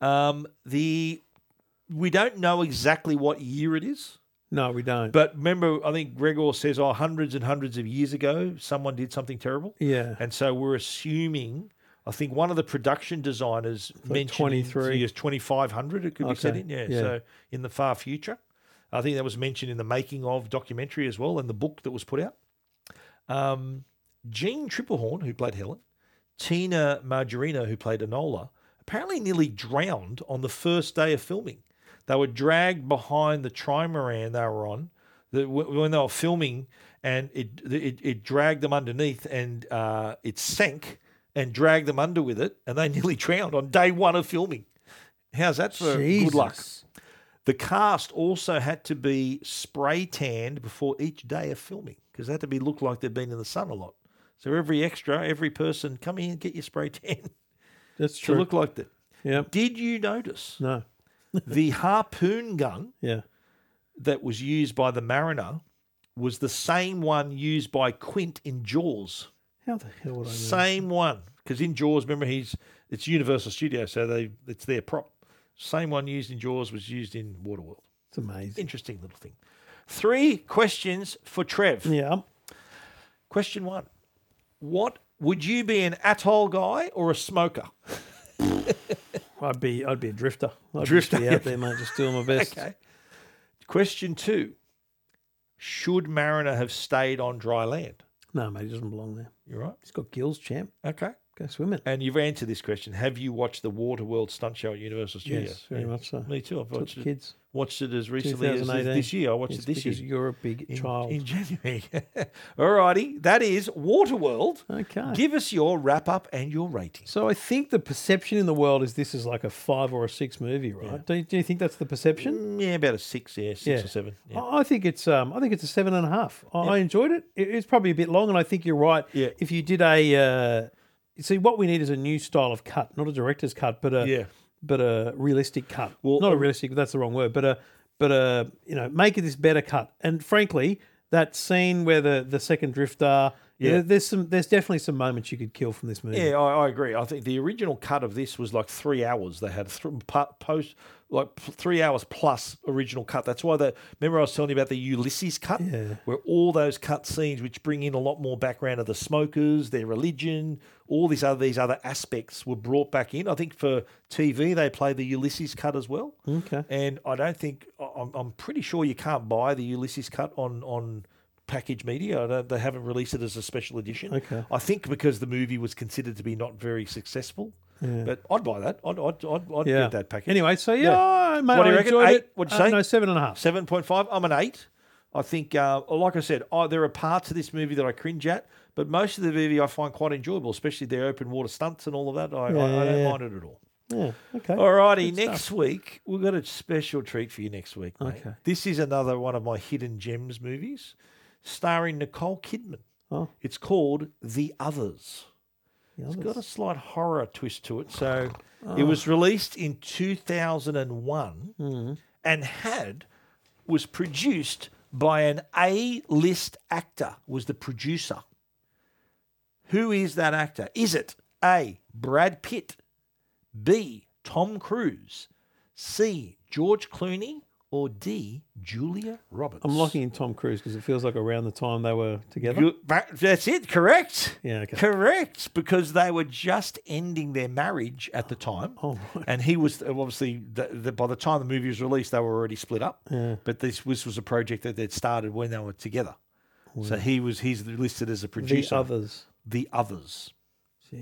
Um, the we don't know exactly what year it is.
No, we don't.
But remember, I think Gregor says, oh, hundreds and hundreds of years ago, someone did something terrible.
Yeah.
And so we're assuming, I think one of the production designers
like
mentioned
23.
is 2500, it could be set
Okay,
in. Yeah,
yeah.
So in the far future. I think that was mentioned in the making of documentary as well and the book that was put out. Um, Jean Triplehorn, who played Helen, Tina Margarino, who played Enola, apparently nearly drowned on the first day of filming. They were dragged behind the trimaran they were on the, wh- when they were filming, and it it, it dragged them underneath, and uh, it sank and dragged them under with it, and they [LAUGHS] nearly drowned on day one of filming. How's that for good luck? The cast also had to be spray tanned before each day of filming because they had to be look like they'd been in the sun a lot. So every extra, every person, come here and get your spray tan. [LAUGHS]
That's
To
true.
look like that.
Yeah.
Did you notice?
No.
the harpoon gun
Yeah.
that was used by the mariner was the same one used by Quint in Jaws.
How the hell would I know?
Same one, because in Jaws, remember he's it's Universal Studio, so they it's their prop. Same one used in Jaws was used in Waterworld.
It's amazing.
Interesting little thing. Three questions for Trev.
Yeah.
Question one: What would you be an atoll guy or a smoker?
I'd be I'd be a drifter. I'd
Drifter,
Just be
yeah.
out there, mate, just
[LAUGHS]
doing my best.
Okay. Question two: Should Mariner have stayed on dry land?
No, mate, he doesn't belong there.
You're right.
He's got gills, champ.
Okay.
Go swimming.
And you've answered this question. Have you watched the Waterworld stunt show at Universal Studios?
Yes, very
Yeah.
much so.
Me too. I've
Took
watched
the
it.
kids.
Watched it as recently as this- this year. I watched
It's
it this year.
because You're a big
in,
child.
in January. [LAUGHS] All righty, that is Waterworld.
Okay.
Give us your wrap up and your rating.
So I think the perception in the world is this is like a five or a six movie, right? Do, you, do you think that's the perception?
Yeah, about a six, yeah, six or seven. Yeah.
I I think it's um, I think it's a seven and a half. I, I enjoyed it. it. It's probably a bit long, and I think you're right.
Yeah.
If you did a, uh, see, what we need is a new style of cut, not a director's cut, but a
Yeah. um,
but a realistic cut. Well, not a realistic. That's the wrong word. But a but a you know make it this better cut. And frankly, that scene where the the second drifter. Yeah.
Yeah.
there's some. There's definitely some moments you could kill from this movie.
Yeah, I, I agree. I think the original cut of this was like three hours. They had th- post like p- three hours plus original cut. That's why the remember I was telling you about the Ulysses cut,
Yeah.
where all those cut scenes, which bring in a lot more background of the smokers, their religion, all these other these other aspects, were brought back in. I think for TV they play the Ulysses cut as well.
Okay.
And I don't think I- I'm, I'm pretty sure you can't buy the Ulysses cut on on package media. I don't, they haven't released it as a special edition.
Okay.
I think because the movie was considered to be not very successful,
Yeah.
But I'd buy that. I'd, I'd, I'd, I'd
Yeah.
get that package.
Anyway, so yeah, I- mate,
what do
I
you reckon?
enjoyed
Eight?
it.
What'd you
Uh,
say?
no, seven and a half.
Seven point five. I'm an eight. I think, uh, like I said, I, there are parts of this movie that I cringe at, but most of the movie I find quite enjoyable, especially the open water stunts and all of that. I, I, I don't
Yeah.
mind it at all.
Yeah, okay.
All righty.
Good
Next
stuff.
week, we've got a special treat for you next week, mate.
Okay.
This is another one of my hidden gems movies starring Nicole Kidman.
Oh.
It's called The Others.
The
It's
Others.
got a slight horror twist to it. So it
Oh.
was released in 2001
Hmm.
and had was produced by an A-list actor was the producer. Who is that actor? Is it A. Brad Pitt, B. Tom Cruise, C. George Clooney, or D. Julia Roberts?
I'm locking in Tom Cruise because it feels like around the time they were together.
You- that- that's it, correct?
Yeah, okay.
Correct, because they were just ending their marriage at the time.
Oh,
And he was uh, obviously, the, the, by the time the movie was released, they were already split up.
Yeah.
But this, this was a project that they'd started when they were together. So
Wow.
he was he's listed as a producer.
Others.
The Others.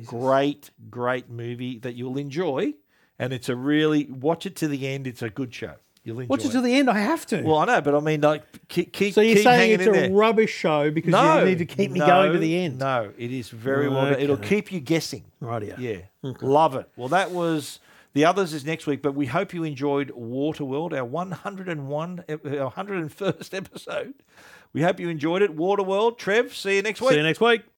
Great, great movie that you'll enjoy. And it's a really, watch it to the end. It's a good show. You'll enjoy
Watch it to the end. I have to.
Well, I know, but I mean, like, keep, keep,
so you're
keep
saying
hanging
it's
in
a
there.
rubbish show because you need to keep me
no,
going to the end.
No, it is very well. done. It'll
Okay.
keep you guessing.
Rightio.
Yeah. Love it. Well, that was the others is next week, but we hope you enjoyed Waterworld, our 101, ep- e, our [LAUGHS] 101st episode. We hope you enjoyed it. Waterworld, Trev, see you next week.
See you next week.